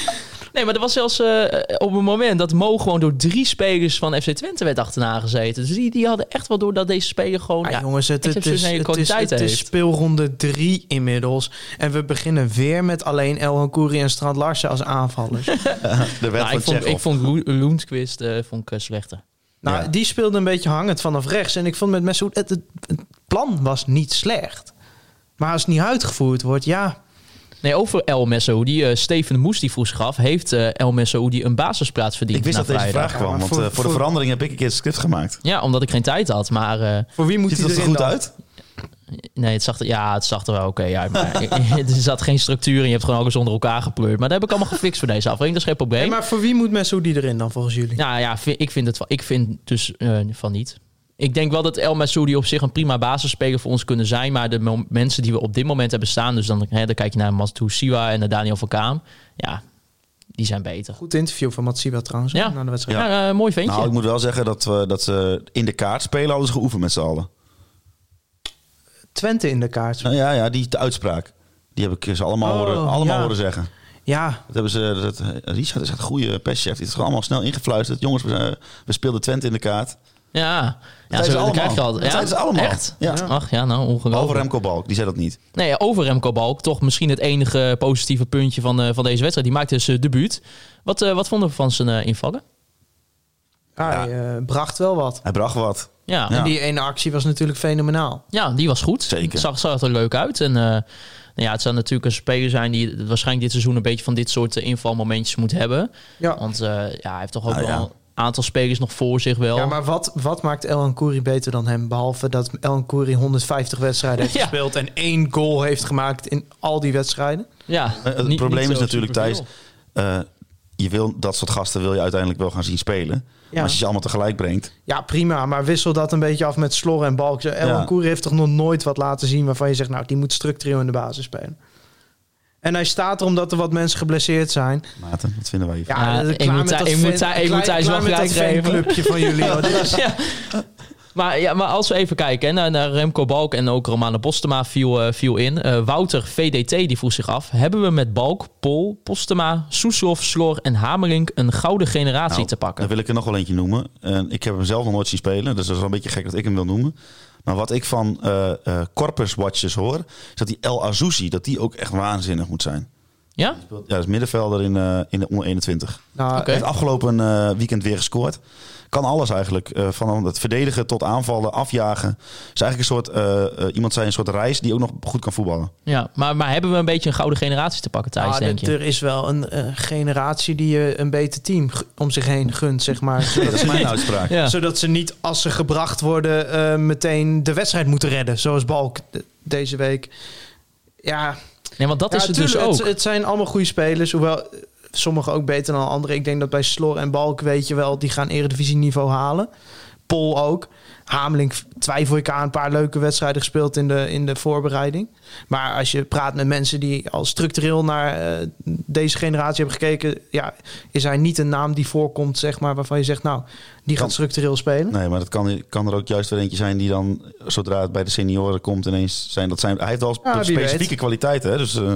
Speaker 4: Nee, maar er was zelfs eh, op een moment dat Mo gewoon door drie spelers van FC Twente werd achterna gezeten. Dus die, die hadden echt wel door dat deze speler gewoon...
Speaker 6: Ja,
Speaker 4: ja,
Speaker 6: Ah, jongens, het, het, is,
Speaker 4: exceptionele
Speaker 6: het, is,
Speaker 4: kwaliteiten
Speaker 6: het is
Speaker 4: heeft.
Speaker 6: speelronde 3 inmiddels. En we beginnen weer met alleen El Kouri en Strand Larsen als aanvallers.
Speaker 5: De wet
Speaker 4: Nou, ik,
Speaker 5: van
Speaker 4: vond, ik
Speaker 5: Tsjechov.
Speaker 4: vond Lo- Loensquist, eh, vond ik eh, slechter.
Speaker 6: nou,
Speaker 5: Ja.
Speaker 6: die speelde een beetje hangend vanaf rechts. En ik vond met Mesut, het, het, het plan was niet slecht. Maar als het niet uitgevoerd wordt, ja.
Speaker 4: Nee, over El Messoudi. eh Steven Moes die vroeg zich af, heeft eh El Messoudi een basisplaats verdiend
Speaker 5: Ik wist
Speaker 4: na
Speaker 5: dat deze
Speaker 4: vrijdag?
Speaker 5: vraag kwam,
Speaker 6: maar
Speaker 5: want
Speaker 6: voor-
Speaker 5: eh, voor de
Speaker 6: voor-
Speaker 5: verandering heb ik een keer het script gemaakt.
Speaker 4: Ja, omdat ik geen tijd had, maar... eh,
Speaker 6: Voor wie moet
Speaker 5: Ziet
Speaker 6: hij
Speaker 5: dat er
Speaker 6: erin
Speaker 5: goed
Speaker 6: dan?
Speaker 5: uit?
Speaker 4: Nee, het zag er, ja, het zag er wel oké uit. Maar er zat geen structuur in. Je hebt gewoon alles onder elkaar gepleurd. Maar dat heb ik allemaal gefixt voor deze aflevering. Dat is geen probleem.
Speaker 6: Nee, maar voor wie moet Mesut die erin dan volgens jullie?
Speaker 4: Nou ja, vi- ik vind het wel. Ik vind dus eh, van niet. Ik denk wel dat El Masoudi op zich een prima basisspeler voor ons kunnen zijn. Maar de mo- mensen die we op dit moment hebben staan... dus dan, hè, dan kijk je naar Mastou Siwa en naar Daniel van Kaam. Ja, die zijn beter.
Speaker 6: Goed interview van Matsiba trouwens.
Speaker 4: Ja.
Speaker 6: Na de wedstrijd.
Speaker 4: Ja, eh, mooi ventje.
Speaker 5: Nou, ik moet wel zeggen dat, we, dat ze in de kaart spelen hadden ze geoefend met z'n allen.
Speaker 6: Twente in de kaart.
Speaker 5: Nou, ja, ja, die de uitspraak. Die heb ik ze allemaal,
Speaker 6: Oh,
Speaker 5: horen, allemaal
Speaker 6: ja.
Speaker 5: horen zeggen.
Speaker 6: Ja,
Speaker 5: Dat hebben ze, dat, Richard is echt een goede pestje. Het is gewoon allemaal snel ingefluisterd. Jongens, we, eh, we speelden Twente in de kaart.
Speaker 4: Ja, ja
Speaker 5: zijn
Speaker 4: zo
Speaker 5: ze
Speaker 4: de
Speaker 5: allemaal.
Speaker 4: krijg je al.
Speaker 5: Dat
Speaker 4: Ja,
Speaker 5: zijn ze allemaal.
Speaker 4: Echt?
Speaker 5: Ja.
Speaker 4: Ach ja, nou ongelooflijk.
Speaker 5: Over Remco Balk, die zei dat niet.
Speaker 4: Nee, over Remco Balk. Toch misschien het enige eh, positieve puntje van, eh, van deze wedstrijd. Die maakte zijn debuut. Wat, eh, wat vonden we van zijn eh, invallen?
Speaker 6: hij eh, bracht wel wat.
Speaker 5: Hij bracht wat.
Speaker 4: Ja,
Speaker 5: Ja.
Speaker 4: ja.
Speaker 6: En die ene actie was natuurlijk fenomenaal.
Speaker 4: die was goed.
Speaker 5: Zeker.
Speaker 4: Zag, zag er leuk uit. En eh, nou ja, het zou natuurlijk een speler zijn die het waarschijnlijk dit seizoen een beetje van dit soort eh, invalmomentjes moet hebben.
Speaker 6: Ja.
Speaker 4: Want eh, ja, hij heeft toch ook
Speaker 5: Nou
Speaker 4: wel
Speaker 5: ja.
Speaker 4: een aantal spelers nog voor zich wel.
Speaker 6: Ja, maar wat, wat maakt El Kouri beter dan hem? Behalve dat El Kouri 150 wedstrijden heeft
Speaker 4: Ja.
Speaker 6: gespeeld en één goal heeft gemaakt in al die wedstrijden.
Speaker 4: Ja,
Speaker 5: Eh, Het
Speaker 4: niet-
Speaker 5: probleem
Speaker 4: niet
Speaker 5: is
Speaker 4: zo
Speaker 5: natuurlijk,
Speaker 4: superveel.
Speaker 5: Thijs, eh, je wil, dat soort gasten wil je uiteindelijk wel gaan zien spelen. Maar als je ze allemaal tegelijk brengt.
Speaker 6: Ja, prima, maar wissel dat een beetje af met Slor en Balk. El
Speaker 5: Ja.
Speaker 6: Kouri heeft toch nog nooit wat laten zien waarvan je zegt, nou, die moet structureel in de basis spelen. En hij staat er omdat er wat mensen geblesseerd zijn.
Speaker 5: Maarten, wat vinden wij hiervan?
Speaker 4: Ja,
Speaker 6: Ja,
Speaker 4: Ah, ik
Speaker 6: klaar
Speaker 4: moet
Speaker 6: met
Speaker 4: daar-
Speaker 6: dat
Speaker 4: ik
Speaker 6: fan-
Speaker 4: moet daar- ik
Speaker 6: klaar-
Speaker 4: moet daar eens
Speaker 6: klaar
Speaker 4: wel
Speaker 6: met dat
Speaker 4: gelijk geven.
Speaker 6: fanclubje van jullie. hoor. Dat is-
Speaker 4: ja. Maar, ja, maar als we even kijken hè, naar, naar Remco Balk en ook Romane Postema viel, eh, viel in. Eh, Wouter VDT die vroeg zich af: hebben we met Balk, Pol, Postema, Soeslof, Slor en Hamerink een gouden generatie
Speaker 5: Nou,
Speaker 4: te pakken?
Speaker 5: Dan wil ik er nog wel eentje noemen. En ik heb hem zelf nog nooit zien spelen, dus dat is wel een beetje gek dat ik hem wil noemen. Maar wat ik van eh, eh, Corpus Watchers hoor, is dat die El Azouzi, dat die ook echt waanzinnig moet zijn.
Speaker 4: Ja?
Speaker 5: Ja, dat is middenvelder in, eh, in de onder 21.
Speaker 6: nou,
Speaker 4: Oké.
Speaker 5: Heeft afgelopen eh, weekend weer gescoord. Kan alles eigenlijk. eh, van het verdedigen tot aanvallen, afjagen. Is eigenlijk een soort, eh, eh, iemand zei een soort reis die ook nog goed kan voetballen.
Speaker 4: ja maar, maar hebben we een beetje een gouden generatie te pakken, Thijs,
Speaker 6: Ah,
Speaker 4: denk
Speaker 6: er-
Speaker 4: je?
Speaker 6: Er is wel een eh, generatie die eh, een beter team g- om zich heen gunt, zeg maar.
Speaker 5: Dat is mijn uitspraak.
Speaker 4: Ja.
Speaker 6: Zodat ze niet, als ze gebracht worden, eh, meteen de wedstrijd moeten redden. Zoals Balk de- deze week. Ja,
Speaker 4: Nee, want dat
Speaker 6: ja,
Speaker 4: is het
Speaker 6: tuurlijk,
Speaker 4: dus ook.
Speaker 6: Het, het zijn allemaal goede spelers. Hoewel eh, sommigen ook beter dan anderen. Ik denk dat bij Slor en Balk, weet je wel, die gaan eredivisieniveau halen. Pol ook. Hameling twijfel ik aan een paar leuke wedstrijden gespeeld in de, in de voorbereiding. Maar als je praat met mensen die al structureel naar eh, deze generatie hebben gekeken, ja, is hij niet een naam die voorkomt, zeg maar, waarvan je zegt, nou, die
Speaker 5: Kan-
Speaker 6: gaat structureel spelen.
Speaker 5: Nee, maar dat kan, kan er ook juist weer eentje zijn die dan, zodra het bij de senioren komt, ineens zijn. Dat zijn hij heeft wel
Speaker 6: Ja, wie
Speaker 5: specifieke
Speaker 6: weet.
Speaker 5: kwaliteiten. Hè? Dus, eh,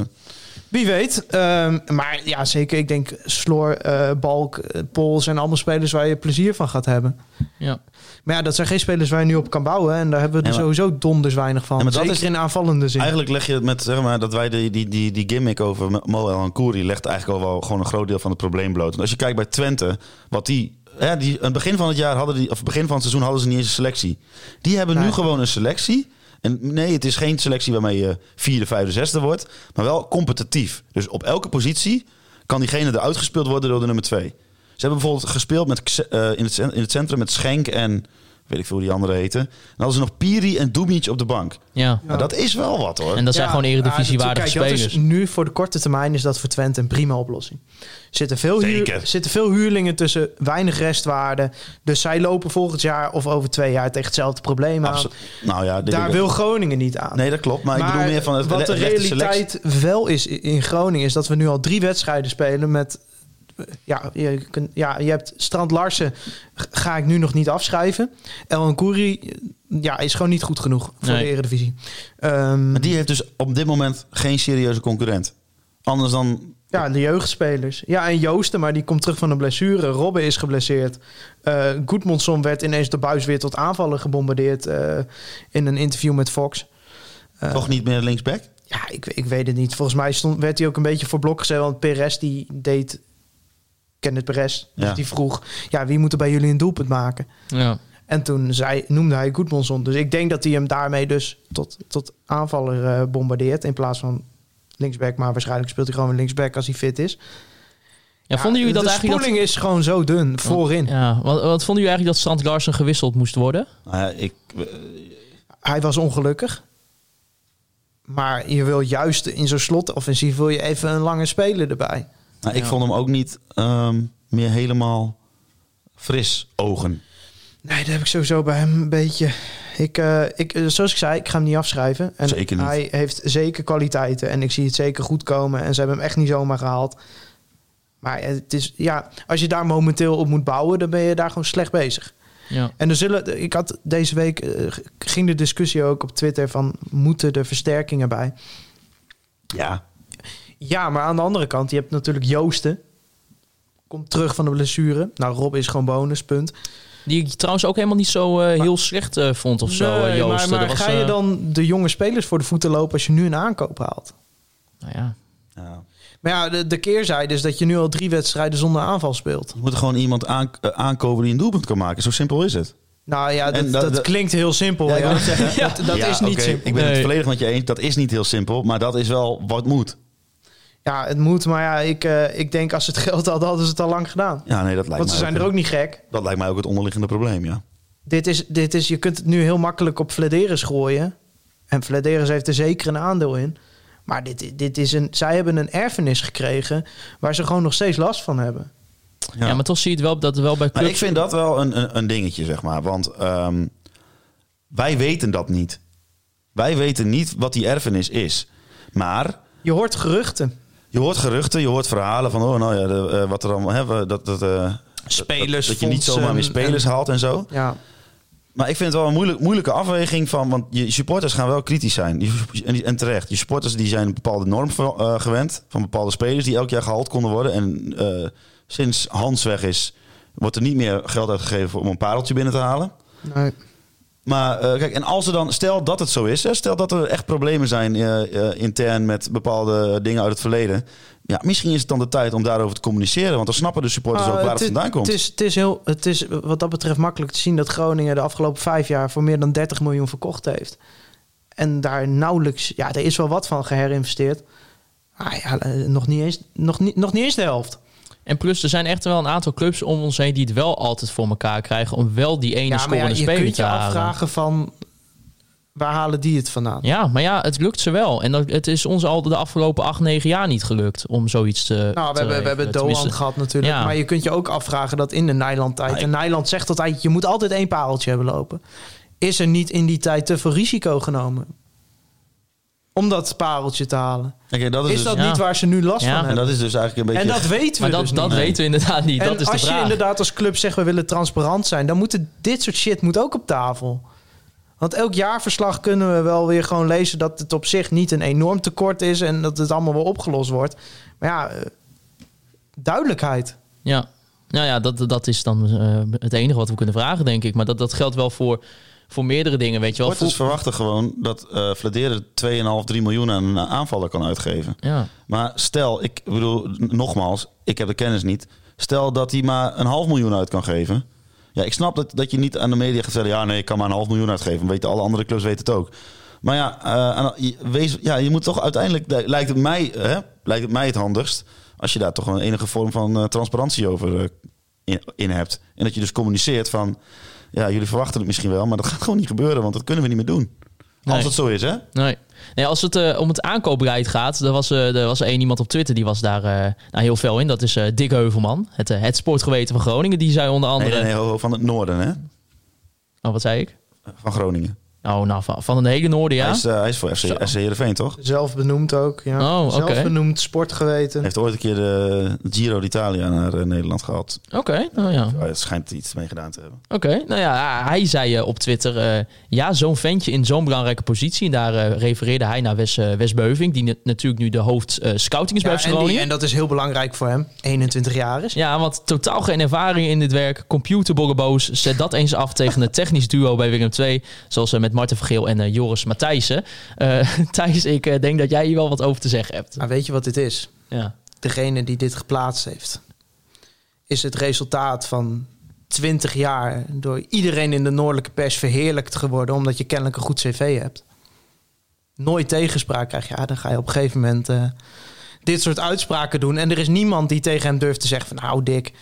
Speaker 6: Wie weet. Ehm, maar ja, zeker. Ik denk Sloor, eh, Balk, eh, Pol zijn allemaal spelers waar je plezier van gaat hebben.
Speaker 4: Ja.
Speaker 6: Maar ja, dat zijn geen spelers waar je nu op kan bouwen. En daar hebben we er
Speaker 5: Ja, maar-
Speaker 6: sowieso donders weinig van.
Speaker 5: Ja, maar dat
Speaker 6: zeker
Speaker 5: is-
Speaker 6: in aanvallende zin.
Speaker 5: Eigenlijk leg je het met, zeg maar, dat wij die, die, die, die gimmick over Moel en Koeri legt eigenlijk al wel gewoon een groot deel van het probleem bloot. Want als je kijkt bij Twente, wat die, hè, die aan het begin van het jaar hadden die, of begin van het seizoen hadden ze niet eens een selectie. Die hebben nu
Speaker 6: Nee.
Speaker 5: gewoon een selectie. En nee, het is geen selectie waarmee je vierde, vijfde, zesde wordt, maar wel competitief. Dus op elke positie kan diegene eruit gespeeld worden door de nummer twee. Ze hebben bijvoorbeeld gespeeld met, Xe- eh, in, het, cen- in het centrum met Schenk en weet ik veel hoe die andere heten. En dan hadden ze nog Piri en Dumic op de bank.
Speaker 4: ja.
Speaker 5: Nou, dat is wel wat hoor.
Speaker 4: En dat zijn
Speaker 6: Ja,
Speaker 4: gewoon
Speaker 6: ja, dat-
Speaker 4: eredivisiewaardige
Speaker 6: kijk, dus dat
Speaker 4: spelers.
Speaker 6: Is nu voor de korte termijn is dat voor Twente een prima oplossing. Zitten veel, huur,
Speaker 5: Zeker.
Speaker 6: zitten veel huurlingen tussen, weinig restwaarde. Dus zij lopen volgend jaar of over twee jaar tegen hetzelfde probleem aan.
Speaker 5: Absolu- Nou ja, dit
Speaker 6: Daar
Speaker 5: wil
Speaker 6: wil Groningen niet aan.
Speaker 5: Nee, dat klopt. Maar, ik bedoel meer van het
Speaker 6: wat de
Speaker 5: re- rechte selectie.
Speaker 6: realiteit wel is i- in Groningen... is dat we nu al drie wedstrijden spelen met... Ja, je, kunt- ja, je hebt Strand Larsen, g- ga ik nu nog niet afschrijven. El Kouri ja, is gewoon niet goed genoeg voor
Speaker 4: Nee.
Speaker 6: de Eredivisie. Ehm,
Speaker 5: Maar die heeft dus op dit moment geen serieuze concurrent. Anders dan
Speaker 6: Ja, de jeugdspelers. Ja, en Joosten, maar die komt terug van een blessure. Robben is geblesseerd. Eh Goedmondson werd ineens de buis weer tot aanvallen gebombardeerd eh, in een interview met Fox. Eh,
Speaker 5: Toch niet meer linksback?
Speaker 6: Ja, ik, ik weet het niet. Volgens mij stond, werd hij ook een beetje voor blok gezet. Want Perez die deed... Kenneth Perez. Dus
Speaker 5: Ja.
Speaker 6: die vroeg... Ja, wie moet er bij jullie een doelpunt maken?
Speaker 4: Ja.
Speaker 6: En toen zei, noemde hij Goedmondson. Dus ik denk dat hij hem daarmee dus tot, tot aanvaller eh, bombardeert. In plaats van linksback. Maar waarschijnlijk speelt hij gewoon weer linksback als hij fit is.
Speaker 4: En vonden jullie dat
Speaker 6: de
Speaker 4: eigenlijk... dat-
Speaker 6: spoeling is gewoon zo dun, voorin.
Speaker 4: Ja, wat, wat vonden jullie eigenlijk dat Strand Larsen gewisseld moest worden?
Speaker 5: Nou ja, ik,
Speaker 6: Hij was ongelukkig. Maar je wil juist in zo'n slotoffensief wil je even een lange speler erbij.
Speaker 5: nou, ik
Speaker 4: Ja.
Speaker 5: vond hem ook niet ehm, meer helemaal fris ogen.
Speaker 6: Nee, dat heb ik sowieso bij hem een beetje. Ik, eh, ik, eh, zoals ik zei, ik ga hem niet afschrijven. En
Speaker 5: Zeker niet.
Speaker 6: Hij heeft zeker kwaliteiten en ik zie het zeker goed komen. En ze hebben hem echt niet zomaar gehaald. Maar het is, ja, als je daar momenteel op moet bouwen, dan ben je daar gewoon slecht bezig.
Speaker 4: Ja.
Speaker 6: En er zullen, ik had deze week, eh, ging de discussie ook op Twitter van, moeten er versterkingen bij?
Speaker 5: Ja,
Speaker 6: Ja, maar aan de andere kant, je hebt natuurlijk Joosten. Komt terug van de blessure. Nou, Rob is gewoon bonuspunt.
Speaker 4: Die ik trouwens ook helemaal niet zo eh, heel slecht eh, vond of zo, eh,
Speaker 6: Nee,
Speaker 4: Joost.
Speaker 6: maar, maar
Speaker 4: Dat was,
Speaker 6: ga je
Speaker 4: eh,
Speaker 6: dan de jonge spelers voor de voeten lopen als je nu een aankoop haalt?
Speaker 4: nou ja.
Speaker 5: ja.
Speaker 6: Maar ja, de, de keerzijde is dat je nu al drie wedstrijden zonder aanval speelt.
Speaker 5: Je moet er gewoon iemand aan, eh, aankopen die een doelpunt kan maken. Zo simpel is het.
Speaker 6: Nou ja, dat,
Speaker 5: En dat-
Speaker 6: dat,
Speaker 5: dat-
Speaker 6: klinkt heel simpel.
Speaker 5: Ja, ik
Speaker 6: ja.
Speaker 5: wou net zeggen.
Speaker 6: Dat, dat
Speaker 5: Ja,
Speaker 6: is niet
Speaker 5: oké,
Speaker 6: simpel.
Speaker 5: Ik ben het
Speaker 4: Nee.
Speaker 5: volledig met je eens. Dat is niet heel simpel, maar dat is wel wat moet.
Speaker 6: Ja, het moet, maar ja, ik, eh, ik denk als ze het geld hadden, hadden ze het al lang gedaan.
Speaker 5: Ja, nee, dat lijkt
Speaker 6: Want
Speaker 5: mij
Speaker 6: ze zijn er ook niet gek.
Speaker 5: Dat lijkt mij ook het onderliggende probleem, ja.
Speaker 6: Dit is, dit is, je kunt het nu heel makkelijk op Vladeris gooien. En Vladeris heeft er zeker een aandeel in. Maar dit, dit is een, zij hebben een erfenis gekregen waar ze gewoon nog steeds last van hebben.
Speaker 4: Ja. maar toch zie je het wel dat er wel bij
Speaker 5: Maar
Speaker 4: clubs...
Speaker 5: Nou, ik vind dat wel een, een, een dingetje, zeg maar. Want ehm, wij weten dat niet. Wij weten niet wat die erfenis is. Maar
Speaker 6: Je hoort geruchten.
Speaker 5: je hoort geruchten, je hoort verhalen van... oh, nou ja, de, eh, wat er allemaal... Hè, we- dat, dat, eh,
Speaker 6: Spelers,
Speaker 5: dat je niet zomaar
Speaker 4: ehm,
Speaker 6: fondsen
Speaker 5: meer spelers haalt en zo.
Speaker 6: Ja,
Speaker 5: Maar ik vind het wel een moeilijk, moeilijke afweging van... want je supporters gaan wel kritisch zijn. Je- en, en terecht. Je supporters die zijn een bepaalde norm van, eh, gewend... van bepaalde spelers die elk jaar gehaald konden worden. En eh, sinds Hans weg is... wordt er niet meer geld uitgegeven om een pareltje binnen te halen.
Speaker 6: nee.
Speaker 5: Maar eh, kijk, en als er dan, stel dat het zo is, hè, stel dat er echt problemen zijn eh, eh, intern met bepaalde dingen uit het verleden. Ja, misschien is het dan de tijd om daarover te communiceren, want dan snappen de supporters ook
Speaker 6: Maar
Speaker 5: waar
Speaker 6: Ah, Eh, het
Speaker 5: het
Speaker 6: is-
Speaker 5: vandaan komt.
Speaker 6: Het is, het, is heel, het is wat dat betreft makkelijk te zien dat Groningen de afgelopen vijf jaar voor meer dan 30 miljoen verkocht heeft. En daar nauwelijks, ja, er is wel wat van geherinvesteerd. Ah ja, eh, nog niet, eens, nog, niet, nog niet eens de helft.
Speaker 4: En plus, er zijn echt wel een aantal clubs om ons heen... die het wel altijd voor elkaar krijgen om wel die ene
Speaker 6: ja, maar ja,
Speaker 4: scorende
Speaker 6: je
Speaker 4: speler
Speaker 6: kunt
Speaker 4: te
Speaker 6: je
Speaker 4: halen.
Speaker 6: afvragen van waar halen die het vandaan?
Speaker 4: Ja, maar ja, het lukt ze wel. En dat, het is ons al de afgelopen acht, negen jaar niet gelukt om zoiets te...
Speaker 6: Nou, we
Speaker 4: te
Speaker 6: hebben, we hebben
Speaker 4: regelen.
Speaker 6: Doan
Speaker 4: Tenminste,
Speaker 6: gehad natuurlijk.
Speaker 4: ja.
Speaker 6: Maar je kunt je ook afvragen dat in de Nijland-tijd. En Nijland zegt altijd: je moet altijd één pareltje hebben lopen. Is er niet in die tijd te veel risico genomen? Om dat pareltje te halen.
Speaker 5: Kijk, dat
Speaker 6: Is,
Speaker 5: is, dus,
Speaker 6: dat
Speaker 4: ja.
Speaker 6: niet waar ze nu last
Speaker 4: Ja.
Speaker 6: van
Speaker 4: En
Speaker 5: en
Speaker 6: hebben?
Speaker 5: dat is dus eigenlijk een
Speaker 6: en
Speaker 5: beetje.
Speaker 6: dat weten we
Speaker 4: Maar dat,
Speaker 6: dus
Speaker 4: dat
Speaker 6: niet.
Speaker 4: weten we inderdaad niet.
Speaker 6: En
Speaker 4: dat is de
Speaker 6: als je
Speaker 4: vraag.
Speaker 6: inderdaad als club zegt... we willen transparant zijn... dan moet het- dit soort shit moet ook op tafel. Want elk jaarverslag kunnen we wel weer gewoon lezen... dat het op zich niet een enorm tekort is... en dat het allemaal wel opgelost wordt. Maar ja, eh, duidelijkheid.
Speaker 4: Ja, nou ja, dat, dat is dan eh, het enige wat we kunnen vragen, denk ik. Maar dat, dat geldt wel voor, voor meerdere dingen, weet je wel.
Speaker 5: Supporters
Speaker 4: Voel-
Speaker 5: verwachten gewoon dat eh Vladeren 2,5, 3 miljoen aan een aanvaller kan uitgeven.
Speaker 4: ja.
Speaker 5: Maar stel, ik bedoel, n- nogmaals, ik heb de kennis niet. Stel dat hij maar een half miljoen uit kan geven. Ja, ik snap dat, dat je niet aan de media gaat zeggen... ja, nee, ik kan maar een half miljoen uitgeven. Weten, alle andere clubs weten het ook. Maar ja, eh, aan- je- wees, ja je moet toch uiteindelijk... de- Lijkt het mij, hè, lijkt het, mij het handigst... als je daar toch een enige vorm van eh, transparantie over eh, in, in hebt. En dat je dus communiceert van... ja, jullie verwachten het misschien wel... maar dat gaat gewoon niet gebeuren, want dat kunnen we niet meer doen.
Speaker 4: Nee.
Speaker 5: Als dat zo is, hè?
Speaker 4: Nee. nee, als het eh, om het aankoopbeleid gaat, er was, eh, er was één iemand op Twitter die was daar eh, nou, heel fel in. Dat is eh, Dick Heuvelman, het, eh, het sportgeweten van Groningen. Die zei onder
Speaker 5: Nee,
Speaker 4: andere...
Speaker 5: nee, nee, ho- ho, van het noorden, hè?
Speaker 4: Oh, wat zei ik?
Speaker 5: Van Groningen.
Speaker 4: Oh, nou, van, van de hele Noorden, ja.
Speaker 5: Hij, is, eh, hij is voor FC, SC Heerenveen, toch?
Speaker 6: Zelf benoemd ook. Ja.
Speaker 4: Oh,
Speaker 6: Zelf
Speaker 4: oké.
Speaker 6: benoemd, sportgeweten.
Speaker 5: Heeft ooit een keer de Giro d'Italia naar eh, Nederland gehad.
Speaker 4: Oké, nou ja.
Speaker 5: Hij schijnt iets mee gedaan te hebben.
Speaker 4: Oké, nou ja, hij zei eh, op Twitter... eh, ja, zo'n ventje in zo'n belangrijke positie. En daar eh, refereerde hij naar Wes, eh, Wes Beuving... die na- natuurlijk nu de hoofd eh, scouting is bij
Speaker 6: Ja,
Speaker 4: FC
Speaker 6: en, die-
Speaker 4: Groningen.
Speaker 6: en dat is heel belangrijk voor hem. 21 jaar is.
Speaker 4: Ja, want totaal geen ervaring in dit werk. Computerborrelboos, zet dat eens af tegen het technisch duo bij Willem II. Zoals eh, met Marten Vergeel en eh, Joris Matthijssen. Eh, Thijs, ik eh, denk dat jij hier wel wat over te zeggen hebt.
Speaker 6: Maar Nou, weet je wat dit is?
Speaker 4: Ja.
Speaker 6: Degene die dit geplaatst heeft, is het resultaat van 20 jaar door iedereen in de noordelijke pers verheerlijkt geworden. omdat je kennelijk een goed cv hebt. Nooit tegenspraak krijg je. Ja, dan ga je op een gegeven moment eh, dit soort uitspraken doen. En er is niemand die tegen hem durft te zeggen: van nou, dik.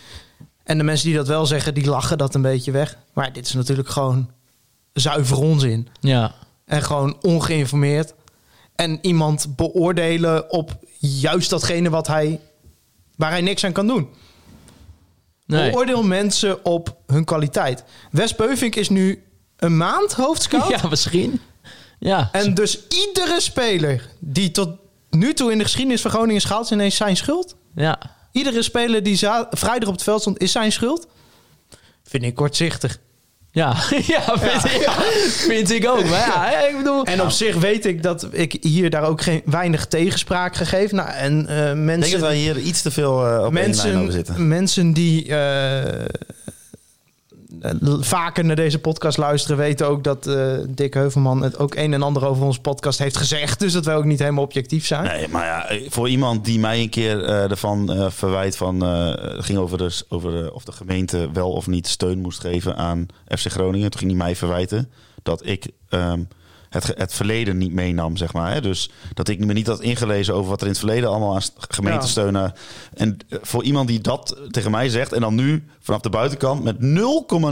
Speaker 6: En de mensen die dat wel zeggen, die lachen dat een beetje weg. Maar dit is natuurlijk gewoon zuiver onzin.
Speaker 4: ja.
Speaker 6: En gewoon ongeïnformeerd. En iemand beoordelen op juist datgene wat hij, waar hij niks aan kan doen.
Speaker 4: Nee.
Speaker 6: Beoordeel mensen op hun kwaliteit. Wes Beuvink is nu een maand hoofdscout.
Speaker 4: Ja, misschien. Ja.
Speaker 6: En dus iedere speler die tot nu toe in de geschiedenis van Groningen is gehaald... is ineens zijn schuld.
Speaker 4: ja.
Speaker 6: Iedere speler die za- vrijdag op het veld stond, is zijn schuld. Vind ik kortzichtig.
Speaker 4: Ja, ja, vind, Ik, ja, vind ik ook. Maar ja, hè, ik bedoel...
Speaker 6: En op zich weet ik dat ik hier daar ook geen, weinig tegenspraak gegeven. Nou, en eh, mensen...
Speaker 5: Ik denk dat wij hier iets te veel eh, op één lijn over zitten.
Speaker 6: mensen, mensen die eh, l- vaker naar deze podcast luisteren, weten ook dat eh, Dick Heuvelman het ook een en ander over onze podcast heeft gezegd. Dus dat wij ook niet helemaal objectief zijn.
Speaker 5: Nee, maar ja, eh, voor iemand die mij een keer eh, ervan eh, verwijt van... eh, het ging over, dus, over eh, of de gemeente wel of niet steun moest geven aan FC Groningen. Toen ging hij mij verwijten dat ik ehm, het, ge- het verleden niet meenam, zeg maar. Hè? Dus dat ik me niet had ingelezen over wat er in het verleden allemaal aan st- gemeentesteun... eh, En eh, voor iemand die dat tegen mij zegt en dan nu vanaf de buitenkant met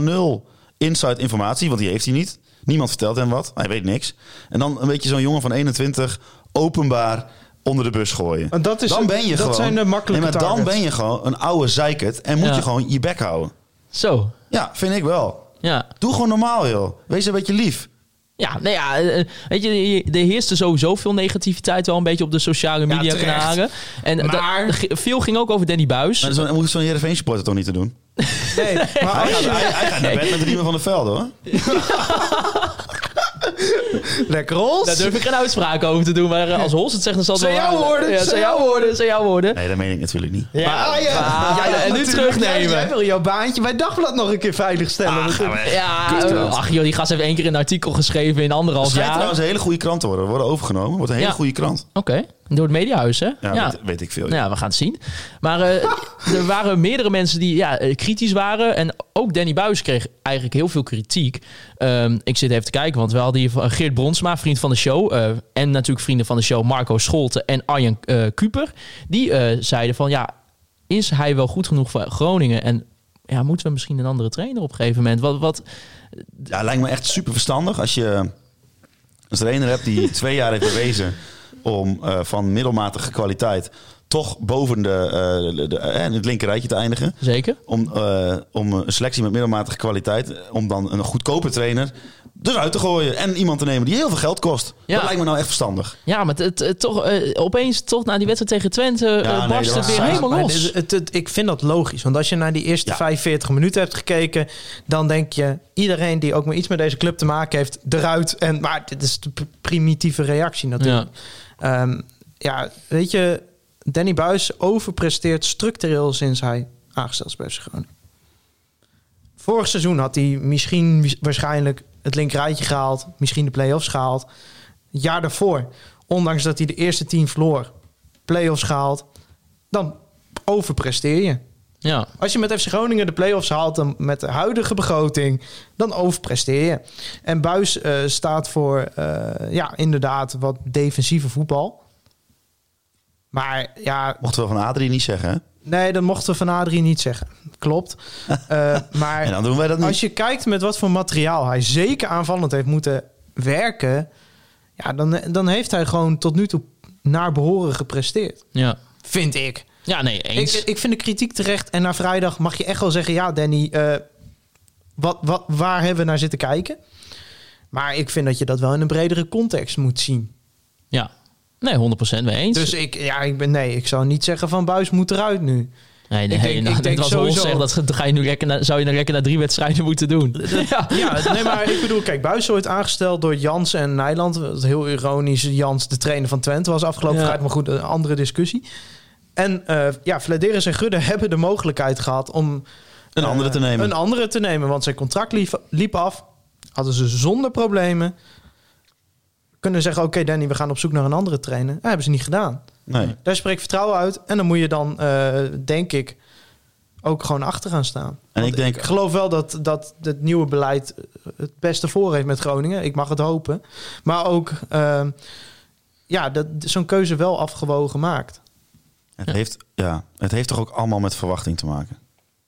Speaker 5: 0,0 inside informatie... want die heeft hij niet. Niemand vertelt hem wat. Hij weet niks. En dan een beetje zo'n jongen van 21 openbaar onder de bus gooien.
Speaker 6: Want dat is
Speaker 5: dan
Speaker 6: het-
Speaker 5: ben je
Speaker 6: dat
Speaker 5: gewoon,
Speaker 6: zijn de makkelijke
Speaker 5: Nee, maar dan
Speaker 6: targets.
Speaker 5: ben je gewoon een oude zeikert en moet
Speaker 4: Ja.
Speaker 5: je gewoon je bek houden.
Speaker 4: Zo,
Speaker 5: Ja, vind ik wel.
Speaker 4: ja.
Speaker 5: Doe gewoon normaal, joh. Wees een beetje lief.
Speaker 4: Ja, nou ja, eh, weet je, er heerste sowieso veel negativiteit wel een beetje op de sociale
Speaker 6: Ja,
Speaker 4: media
Speaker 6: terecht.
Speaker 4: kanalen. En da-
Speaker 6: Maar-
Speaker 4: g- veel ging ook over Danny Buis.
Speaker 5: Maar zo moet zo'n Heerenveen supporter toch niet te doen?
Speaker 6: Nee, maar
Speaker 5: Hij
Speaker 6: als
Speaker 5: gaat,
Speaker 6: je-
Speaker 5: hij, hij gaat naar bed met Riemen van der Velde, hoor.
Speaker 6: lekker ons.
Speaker 4: Daar durf ik geen uitspraak over te doen, maar eh, als Hols het zegt, dan zal het
Speaker 6: Zijn
Speaker 4: wel
Speaker 6: jouw
Speaker 4: waar-
Speaker 6: woorden,
Speaker 4: Ja,
Speaker 6: zijn
Speaker 4: zijn jouw
Speaker 6: jouw
Speaker 4: woorden, zijn jouw woorden.
Speaker 5: Nee, dat meen ik natuurlijk niet.
Speaker 6: ja, ja.
Speaker 4: maar-
Speaker 6: Jij wilt
Speaker 4: en nu
Speaker 6: natuurlijk-
Speaker 4: terugnemen.
Speaker 6: Jij, jij wil jouw baantje bij Dagblad nog een keer veiligstellen. stellen.
Speaker 4: Ja, eh, ach joh, die gast heeft één keer een artikel geschreven in
Speaker 5: Het
Speaker 4: anderhalf
Speaker 5: schijnt
Speaker 4: jaar.
Speaker 5: trouwens
Speaker 4: Oké,
Speaker 5: een hele goede krant te worden. Worden overgenomen. Wordt een hele
Speaker 4: Ja.
Speaker 5: goede krant.
Speaker 4: door het mediahuis, hè?
Speaker 5: Ja, Weet, weet ik veel.
Speaker 4: Nou ja, we gaan het zien. Maar eh, er waren meerdere mensen die ja, eh, kritisch waren. En ook Danny Buis kreeg eigenlijk heel veel kritiek. Ehm, ik zit even te kijken, want we hadden hier van Geert Bronsma, vriend van de show. eh, en natuurlijk vrienden van de show Marco Scholte en Arjen eh, Kuper. Die eh, zeiden van ja, is hij wel goed genoeg voor Groningen? En ja, moeten we misschien een andere trainer op een gegeven moment? Wat, wat,
Speaker 5: Ja, lijkt me echt super verstandig als je een trainer hebt die twee jaar heeft bewezen om eh, van middelmatige kwaliteit toch boven de, eh, de, de- eh, in het linkerrijtje te eindigen.
Speaker 4: zeker?
Speaker 5: Om, eh, om een selectie met middelmatige kwaliteit, eh, om dan een goedkope trainer eruit te gooien en iemand te nemen die heel veel geld kost.
Speaker 4: Ja.
Speaker 5: Dat lijkt me nou echt verstandig.
Speaker 4: Ja, maar het, het- toch, eh, opeens toch na die wedstrijd tegen Twente eh,
Speaker 5: Ja, nee,
Speaker 4: barst het
Speaker 5: dat was
Speaker 4: weer
Speaker 5: saai.
Speaker 4: helemaal
Speaker 6: Maar
Speaker 4: los.
Speaker 6: dit- het- het- ik vind dat logisch. Want als je naar die eerste
Speaker 5: Ja.
Speaker 6: 45 minuten hebt gekeken... dan denk je, iedereen die ook maar iets met deze club te maken heeft... eruit. En, maar dit is de p- primitieve reactie natuurlijk. Ja. Ehm, ja, weet je... Danny Buis overpresteert structureel sinds hij aangesteld is bij FC Groningen. Vorig seizoen had hij misschien wi- waarschijnlijk het linkerrijtje gehaald. Misschien de play-offs gehaald. Het jaar daarvoor, ondanks dat hij de eerste tien verloor... play-offs gehaald dan overpresteer je.
Speaker 4: ja.
Speaker 6: Als je met FC Groningen de play-offs haalt dan met de huidige begroting, dan overpresteer je. En Buis eh, staat voor, eh, ja, inderdaad, wat defensieve voetbal. Maar ja,
Speaker 5: Mochten we van Adrie niet zeggen, hè?
Speaker 6: nee, dat mochten we van Adrie niet zeggen. Klopt. Eh, maar
Speaker 5: En dan doen wij dat niet.
Speaker 6: als je kijkt met wat voor materiaal hij zeker aanvallend heeft moeten werken, ja, dan, dan heeft hij gewoon tot nu toe naar behoren gepresteerd.
Speaker 4: Ja.
Speaker 6: Vind ik.
Speaker 4: ja, nee,
Speaker 6: Ik,
Speaker 4: eens.
Speaker 6: ik vind de kritiek terecht. En na vrijdag mag je echt wel zeggen: ja, Danny, eh, wat, wat, waar hebben we naar zitten kijken? Maar ik vind dat je dat wel in een bredere context moet zien.
Speaker 4: Ja. Nee, 100% mee eens.
Speaker 6: Dus ik, ja, ik ben, nee, ik zou niet zeggen van Buis moet eruit nu.
Speaker 4: nee, nee,
Speaker 6: ik denk-
Speaker 4: nee, nou,
Speaker 6: ik denk
Speaker 4: dat was wel
Speaker 6: sowieso-
Speaker 4: onzin. Dat ga je nu lekker na- zou je nou lekker na drie wedstrijden moeten doen. Ja.
Speaker 6: Ja, nee, maar ik bedoel, kijk, Buis wordt aangesteld door Jans en Nijland. Wat heel ironisch, Jans de trainer van Twente was afgelopen
Speaker 4: Ja.
Speaker 6: vrijdag, maar goed, een andere discussie. En eh ja, Vladeris en Gudde hebben de mogelijkheid gehad om
Speaker 5: Een
Speaker 6: eh,
Speaker 5: andere te nemen.
Speaker 6: Een andere te nemen, want zijn contract lief- liep af. Hadden ze zonder problemen kunnen zeggen: Oké, Danny, we gaan op zoek naar een andere trainer. Dat hebben ze niet gedaan.
Speaker 5: Nee.
Speaker 6: Daar spreekt vertrouwen uit. En dan moet je dan, eh, denk ik, ook gewoon achter gaan staan.
Speaker 5: En ik denk,
Speaker 6: Ik geloof wel dat, dat het nieuwe beleid het beste voor heeft met Groningen. Ik mag het hopen. Maar ook eh, ja, dat zo'n keuze wel afgewogen maakt.
Speaker 5: het, Heeft, ja, het heeft toch ook allemaal met verwachting te maken.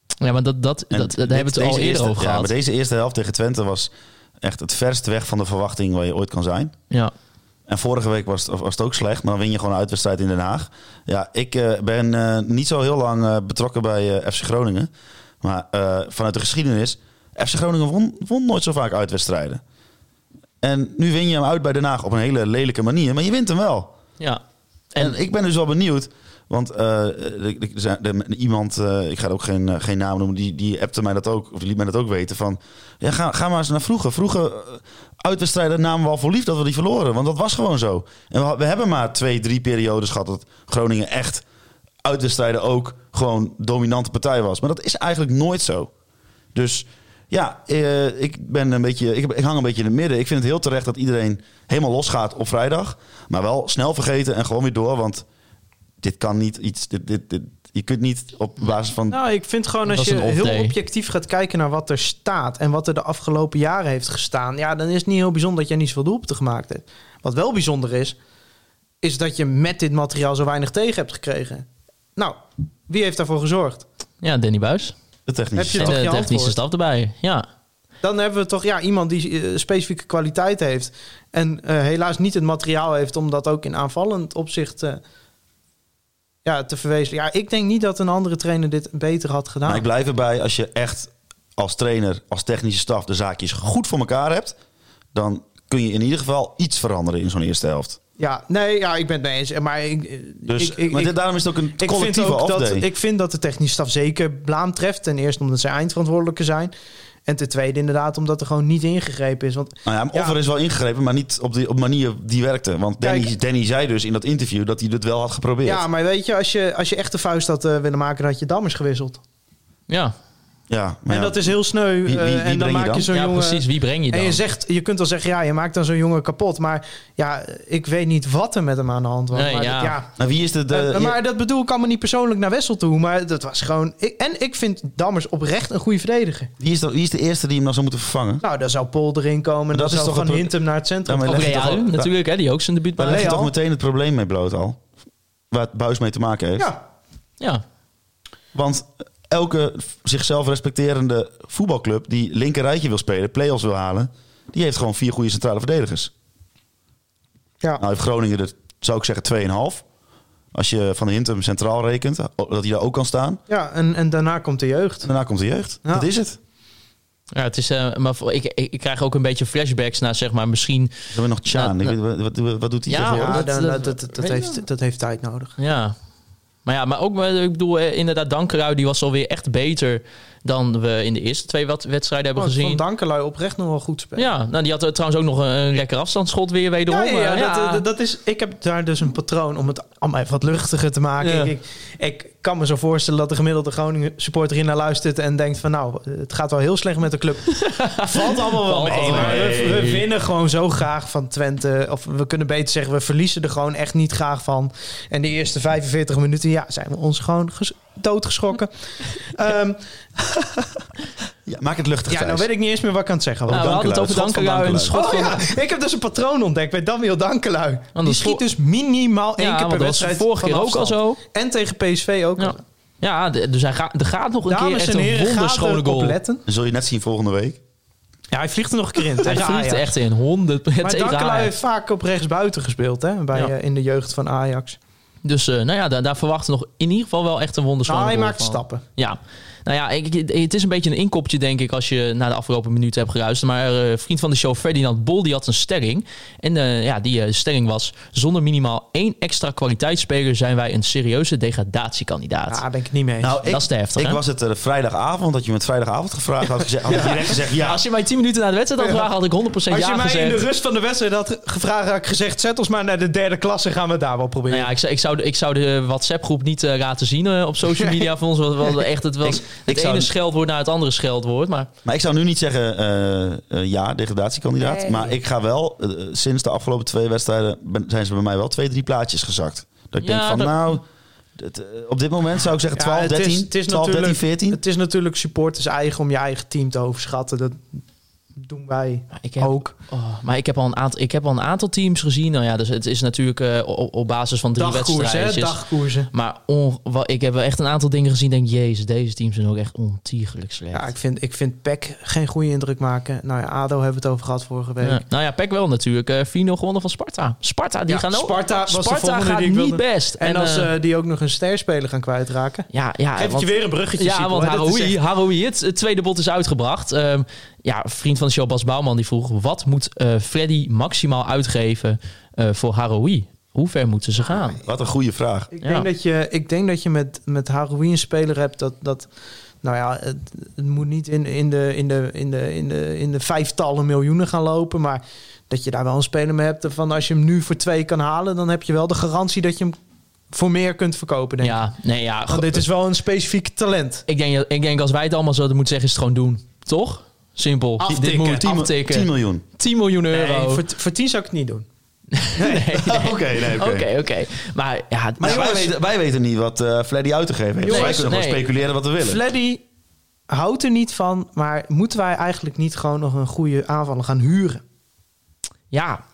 Speaker 4: Ja, maar dat, dat,
Speaker 5: En
Speaker 4: dat, daar
Speaker 5: dit-
Speaker 4: hebben we het al
Speaker 5: deze
Speaker 4: eerder
Speaker 5: eerste-
Speaker 4: over
Speaker 5: Ja,
Speaker 4: gehad.
Speaker 5: maar deze eerste helft tegen Twente was echt het verst weg van de verwachting waar je ooit kan zijn.
Speaker 4: Ja.
Speaker 5: En vorige week was het, was het ook slecht, maar dan win je gewoon een uitwedstrijd in Den Haag. Ja, ik eh, ben eh, niet zo heel lang eh, betrokken bij eh, FC Groningen. Maar eh, vanuit de geschiedenis, FC Groningen won, won nooit zo vaak uitwedstrijden. En nu win je hem uit bij Den Haag op een hele lelijke manier, maar je wint hem wel.
Speaker 4: ja.
Speaker 5: En,
Speaker 4: En,
Speaker 5: ik ben dus wel benieuwd. Want eh, de- de- er zijn- de- iemand, eh, ik ga er ook geen, eh, geen naam noemen, die, die appte mij dat ook, of die liet mij dat ook weten. Van ja, ga, ga maar eens naar vroeger. Vroeger eh, uitwedstrijden namen we al voor lief dat we die verloren. Want dat was gewoon zo. En we, we hebben maar twee, drie periodes gehad dat Groningen echt uitwedstrijden ook gewoon dominante partij was. Maar dat is eigenlijk nooit zo. Dus ja, eh, ik, ben een beetje, ik, ik hang een beetje in het midden. Ik vind het heel terecht dat iedereen helemaal losgaat op vrijdag. Maar wel snel vergeten en gewoon weer door. Want dit kan niet iets. Dit, dit, dit- je kunt niet op basis van.
Speaker 6: Nou, ik vind gewoon als
Speaker 4: Dat
Speaker 6: je
Speaker 4: is een off
Speaker 6: heel
Speaker 4: day.
Speaker 6: objectief gaat kijken naar wat er staat en wat er de afgelopen jaren heeft gestaan, ja, dan is het niet heel bijzonder dat jij niet zoveel doelpunten gemaakt hebt. Wat wel bijzonder is, is dat je met dit materiaal zo weinig tegen hebt gekregen. Nou, wie heeft daarvoor gezorgd?
Speaker 4: ja, Danny Buis.
Speaker 5: De
Speaker 6: Heb je
Speaker 5: technische
Speaker 4: En
Speaker 6: toch
Speaker 4: de
Speaker 6: je
Speaker 4: technische
Speaker 6: antwoord?
Speaker 4: staf erbij. Ja.
Speaker 6: Dan hebben we toch ja, iemand die eh, specifieke kwaliteit heeft en eh, helaas niet het materiaal heeft om dat ook in aanvallend opzicht eh, ja, te verwezenlijken. Ja, ik denk niet dat een andere trainer dit beter had gedaan.
Speaker 5: Maar ik blijf erbij, als je echt als trainer, als technische staf de zaakjes goed voor elkaar hebt, dan kun je in ieder geval iets veranderen in zo'n eerste helft.
Speaker 6: Ja, nee, ja, ik ben het mee eens. Maar ik, eh,
Speaker 5: Dus,
Speaker 6: ik, ik,
Speaker 5: maar
Speaker 6: ik-
Speaker 5: dit, daarom is het ook een
Speaker 6: ik vind
Speaker 5: collectieve
Speaker 6: ook dat,
Speaker 5: afdeling.
Speaker 6: ik vind dat de technische staf zeker blaam treft. Ten eerste omdat zij eindverantwoordelijke zijn. En ten tweede inderdaad omdat er gewoon niet ingegrepen is. Want
Speaker 5: Nou ja, maar of
Speaker 6: Ja.
Speaker 5: er is wel ingegrepen, maar niet op de op manier die werkte. Want Danny,
Speaker 6: Kijk.
Speaker 5: Danny zei dus in dat interview dat hij dit wel had geprobeerd.
Speaker 6: ja,
Speaker 5: Ja,
Speaker 6: maar weet je, als je, als je echt de vuist had eh, willen maken, dan had je dammers gewisseld.
Speaker 4: Ja.
Speaker 5: maar
Speaker 6: en
Speaker 5: ja.
Speaker 6: dat is heel sneu.
Speaker 5: wie-
Speaker 6: eh,
Speaker 5: wie
Speaker 6: en
Speaker 5: breng
Speaker 6: dan
Speaker 5: je
Speaker 6: maak
Speaker 5: dan?
Speaker 6: je zo'n
Speaker 4: ja,
Speaker 6: jongen.
Speaker 4: precies. Wie breng je dan?
Speaker 6: En je zegt, je kunt dan zeggen, ja, je maakt dan zo'n jongen kapot. Maar ja, ik weet niet wat er met hem aan de hand was.
Speaker 4: Nee,
Speaker 6: maar
Speaker 4: ja.
Speaker 6: dat- ja,
Speaker 5: Nou, wie is de... de-
Speaker 6: Eh, maar dat bedoel ik allemaal niet persoonlijk naar Wessel toe. Maar dat was gewoon. Ik, en ik vind Dammers oprecht een goede verdediger.
Speaker 5: wie, is de, wie is de eerste die hem dan zou moeten vervangen?
Speaker 6: Nou, daar zou Pol erin komen.
Speaker 5: Maar
Speaker 6: Dan
Speaker 5: dat is
Speaker 6: zou
Speaker 5: toch
Speaker 6: Van
Speaker 5: het-
Speaker 6: Hintem naar het centrum.
Speaker 5: Ja, maar
Speaker 4: Of
Speaker 5: leg je
Speaker 4: Real
Speaker 5: toch al-
Speaker 4: natuurlijk, hè, die ook zijn debuut
Speaker 5: Daar
Speaker 4: maakte.
Speaker 5: leg je toch
Speaker 6: Leal?
Speaker 5: meteen het probleem mee bloot al? Waar Buis mee te maken heeft.
Speaker 6: ja.
Speaker 4: Ja.
Speaker 5: Want elke zichzelf respecterende voetbalclub die linker rijtje wil spelen, play-offs wil halen, die heeft gewoon vier goede centrale verdedigers.
Speaker 6: Ja.
Speaker 5: Nou heeft Groningen er, zou ik zeggen, 2,5. Als je Van Hintem centraal rekent, dat hij daar ook kan staan.
Speaker 6: ja en, en daarna komt de jeugd.
Speaker 5: En daarna komt de jeugd.
Speaker 6: Ja.
Speaker 5: Dat is het.
Speaker 4: ja het is, eh, maar voor- ik, ik, ik krijg ook een beetje flashbacks naar, zeg maar, misschien...
Speaker 5: Dan hebben we nog Tjaan.
Speaker 4: Nou,
Speaker 5: Ik weet- wat, wat, wat doet hij
Speaker 4: Ja,
Speaker 5: tegenwoordig?
Speaker 6: Ja,
Speaker 4: hoor, dat-
Speaker 6: dan-
Speaker 4: dat-
Speaker 6: dat, dat, dat,
Speaker 4: weet je
Speaker 6: heeft, dat heeft tijd nodig.
Speaker 4: Ja. Maar ja, maar ook, eh, ik bedoel, eh, inderdaad, Dankerui, die was alweer echt beter dan we in de eerste twee wat- wedstrijden hebben
Speaker 6: Want Van
Speaker 4: gezien.
Speaker 6: Dankelui oprecht nog wel goed spelen.
Speaker 4: Ja, nou, die had eh, trouwens ook nog een, een lekker afstandsschot weer wederom.
Speaker 6: Ja, ja, ja,
Speaker 4: eh,
Speaker 6: Dat, dat- dat is, ik heb daar dus een patroon om het allemaal even wat luchtiger te maken.
Speaker 4: Ja.
Speaker 6: Ik, ik, ik kan me zo voorstellen dat de gemiddelde Groningen supporter hier naar luistert en denkt van nou, het gaat wel heel slecht met de club. Valt allemaal wel
Speaker 4: Valt
Speaker 6: mee.
Speaker 4: wel
Speaker 6: maar
Speaker 4: mee.
Speaker 6: We, we winnen gewoon zo graag van Twente. Of we kunnen beter zeggen, we verliezen er gewoon echt niet graag van. En de eerste 45 minuten, ja, zijn we ons gewoon ges- doodgeschrokken. Ehm,
Speaker 5: Ja, maak het luchtig,
Speaker 6: ja, nou
Speaker 5: Thijs.
Speaker 6: weet ik niet eens meer wat ik aan het zeggen was.
Speaker 4: Nou, we hadden het over Dankerui en de schot
Speaker 6: Oh
Speaker 4: van...
Speaker 6: ja, ik heb dus een patroon ontdekt bij Daniel Dankelui.
Speaker 4: dat
Speaker 6: die
Speaker 4: is
Speaker 6: schiet
Speaker 4: voor-
Speaker 6: dus minimaal één
Speaker 4: Ja,
Speaker 6: keer
Speaker 4: want
Speaker 6: per
Speaker 4: dat was
Speaker 6: wedstrijd.
Speaker 4: vorige
Speaker 6: van
Speaker 4: keer ook al
Speaker 6: afstand.
Speaker 4: zo.
Speaker 6: En tegen PSV ook. al
Speaker 4: Ja,
Speaker 6: zo.
Speaker 4: ja de- dus hij gaat, er gaat nog een
Speaker 6: Dames
Speaker 4: keer
Speaker 6: en
Speaker 4: echt
Speaker 6: heren,
Speaker 4: een
Speaker 6: gaat
Speaker 4: wonderschone
Speaker 6: erop
Speaker 4: goal.
Speaker 6: letten.
Speaker 5: Zul je net zien volgende week.
Speaker 6: Ja, hij vliegt er nog een keer in.
Speaker 4: Hij
Speaker 6: tegen
Speaker 4: vliegt
Speaker 6: Ajax.
Speaker 4: er echt in, 100
Speaker 6: Maar
Speaker 4: tegen
Speaker 6: Dankelui
Speaker 4: Ajax.
Speaker 6: heeft vaak op rechtsbuiten gespeeld hè, bij,
Speaker 4: Ja.
Speaker 6: eh, in de jeugd van Ajax.
Speaker 4: Dus eh, nou ja, daar, daar verwachten we nog in ieder geval wel echt een wonderschone
Speaker 6: Nou, hij
Speaker 4: goal
Speaker 6: maakt
Speaker 4: van.
Speaker 6: stappen.
Speaker 4: Ja. Nou ja, ik, ik- het is een beetje een inkopje, denk ik, als je na de afgelopen minuten hebt geruist. Maar eh, vriend van de show Ferdinand Bol, die had een stelling. En eh, ja, die eh, stelling was, zonder minimaal één extra kwaliteitsspeler zijn wij een serieuze degradatiekandidaat.
Speaker 6: Daar ben ik het niet mee eens.
Speaker 5: Nou,
Speaker 4: Dat is te heftig,
Speaker 5: Ik
Speaker 4: hè?
Speaker 5: was het eh, vrijdagavond, dat je me het vrijdagavond gevraagd had. Gezegd, had ik direct gezegd ja.
Speaker 4: Als je mij 10 minuten na de wedstrijd had gevraagd, had ik 100%
Speaker 6: Als
Speaker 4: ja
Speaker 6: je mij
Speaker 4: gezegd.
Speaker 6: in de rust van de wedstrijd had gevraagd, had ik gezegd: zet ons maar naar de derde klasse, gaan we het daar wel proberen.
Speaker 4: Nou ja, ik zou, ik zou, de- ik zou de WhatsApp-groep niet eh, laten zien eh, op social media van ons. Want want echt, het was
Speaker 5: Ik-
Speaker 4: het
Speaker 5: ik zou-
Speaker 4: ene scheldwoord naar het andere scheldwoord. Maar
Speaker 5: Maar ik zou nu niet zeggen eh, eh, ja, degradatiekandidaat. Maar ik ga wel, eh, sinds de afgelopen twee wedstrijden ben- zijn ze bij mij wel twee, drie plaatjes gezakt. Dat ik
Speaker 4: Ja,
Speaker 5: denk van
Speaker 4: dat-
Speaker 5: nou, het, eh, op dit moment zou ik zeggen
Speaker 6: Ja,
Speaker 5: 12,
Speaker 6: het is-
Speaker 5: 13,
Speaker 6: het is
Speaker 5: 12 13,
Speaker 6: natuurlijk-
Speaker 5: 14.
Speaker 6: Het is natuurlijk supporters eigen om je eigen team te overschatten. Dat doen wij
Speaker 4: ik heb,
Speaker 6: ook.
Speaker 4: oh, maar ik heb, al een aantal, ik heb al een aantal teams gezien. Nou ja, dus het is natuurlijk eh, o- op, basis van drie
Speaker 6: Dagkoersen, hè?
Speaker 4: wedstrijden.
Speaker 6: Dagkoersen.
Speaker 4: Maar on- wa- ik heb wel echt een aantal dingen gezien. Denk, jezus, deze teams zijn ook echt ontiegelijk slecht.
Speaker 6: Ja, ik vind, ik vind PEC geen goede indruk maken. Nou ja, ADO hebben we het over gehad vorige week.
Speaker 4: Ja. Nou ja, Pek wel natuurlijk. eh 4-0 gewonnen van Sparta. Sparta, die
Speaker 6: Ja,
Speaker 4: gaan ook.
Speaker 6: Sparta was de volgende
Speaker 4: gaat
Speaker 6: die ik
Speaker 4: niet
Speaker 6: wilde.
Speaker 4: best.
Speaker 6: En, als
Speaker 4: eh,
Speaker 6: eh, die ook nog een sterspeler gaan kwijtraken.
Speaker 4: ja, ja,
Speaker 6: Geef ik
Speaker 4: want-
Speaker 6: je weer een bruggetje,
Speaker 4: Ja,
Speaker 6: Siepel,
Speaker 4: want
Speaker 6: hè? Dat is
Speaker 4: Haroui,
Speaker 6: echt-
Speaker 4: Haroui het, het tweede bot is uitgebracht. Ehm, ja, vriend van de show Bas Bouwman die vroeg... wat moet eh, Freddy maximaal uitgeven eh, voor Haroui? Hoe ver moeten ze gaan?
Speaker 5: Wat een goede vraag.
Speaker 6: Ik,
Speaker 4: Ja.
Speaker 6: denk dat je, ik denk dat je met, met Haroui een speler hebt dat... dat nou ja, het, het moet niet in, in, de, in, de, in, de, in, de, in de vijftallen miljoenen gaan lopen. Maar dat je daar wel een speler mee hebt. Van als je hem nu voor twee kan halen, dan heb je wel de garantie dat je hem voor meer kunt verkopen. Denk ik.
Speaker 4: Ja, nee, ja.
Speaker 6: Want
Speaker 4: go-
Speaker 6: dit is wel een specifiek talent.
Speaker 4: Ik, denk, ik denk als wij het allemaal zouden moeten zeggen... is het gewoon doen. Toch? Simpel. Dit
Speaker 6: Aftikken.
Speaker 4: moet
Speaker 5: 10, mi-
Speaker 4: 10,
Speaker 5: 10 miljoen.
Speaker 4: 10 miljoen euro.
Speaker 6: Nee, voor, voor tien zou ik het niet doen.
Speaker 4: Nee, nee.
Speaker 5: Ah, Oké, nee, oké.
Speaker 4: Oké, oké. Maar ja...
Speaker 5: Maar
Speaker 4: nou,
Speaker 5: wij, weten, wij weten niet wat eh Fleddy uit te geven heeft.
Speaker 4: Jongens,
Speaker 5: wij kunnen
Speaker 4: nee.
Speaker 5: gewoon speculeren wat we willen.
Speaker 6: Fleddy houdt er niet van, maar moeten wij eigenlijk niet gewoon nog een goede aanvaller gaan huren?
Speaker 4: ja,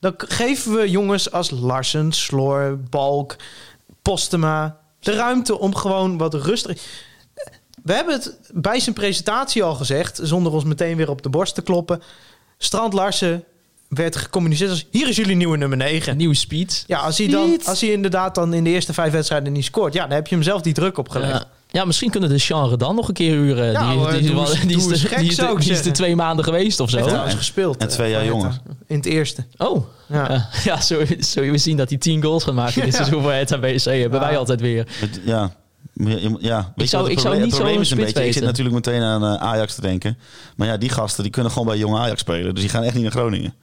Speaker 6: Dan k- geven we jongens als Larsen, Sloor, Balk, Postema de ruimte om gewoon wat rustig. We hebben het bij zijn presentatie al gezegd, zonder ons meteen weer op de borst te kloppen. Strand Larsen werd gecommuniceerd als: hier is jullie nieuwe nummer 9.
Speaker 4: nieuwe speed.
Speaker 6: Ja, als hij, dan, als hij inderdaad dan in de eerste vijf wedstrijden niet scoort, ja, dan heb je hem zelf die druk opgelegd.
Speaker 4: Ja. Eh, Ja, misschien kunnen de genre dan nog een keer huren.
Speaker 6: Ja,
Speaker 4: die,
Speaker 6: hoor,
Speaker 4: die, is
Speaker 6: doe
Speaker 4: wel-
Speaker 6: eens-
Speaker 4: die is
Speaker 6: doe eens
Speaker 4: de-
Speaker 6: gek,
Speaker 4: die is
Speaker 6: zou
Speaker 4: de-
Speaker 6: ik
Speaker 4: die is de
Speaker 6: zeggen.
Speaker 4: twee maanden geweest of zo.
Speaker 6: Heeft
Speaker 5: Ja,
Speaker 6: trouwens
Speaker 5: en-
Speaker 6: gespeeld.
Speaker 5: en
Speaker 6: eh,
Speaker 5: twee jaar
Speaker 6: Panetta.
Speaker 5: jonger.
Speaker 6: In het eerste.
Speaker 4: Oh,
Speaker 6: Ja.
Speaker 4: ja, ja zo, zo we zien dat hij 10 goals gaat maken dit
Speaker 6: Ja.
Speaker 4: seizoen voor het BC. Hebben wij altijd weer.
Speaker 5: Het- Ja. Ja, je- ja. Weet je
Speaker 4: zou-
Speaker 5: wat
Speaker 4: ik
Speaker 5: het
Speaker 4: zou
Speaker 5: proble-
Speaker 4: niet
Speaker 5: het probleem
Speaker 4: zo'n
Speaker 5: is
Speaker 4: spits
Speaker 5: een beetje. Ik zit
Speaker 4: weten.
Speaker 5: natuurlijk meteen aan eh, Ajax te denken. Maar ja, die gasten die kunnen gewoon bij jong Ajax spelen. Dus die gaan echt niet naar Groningen.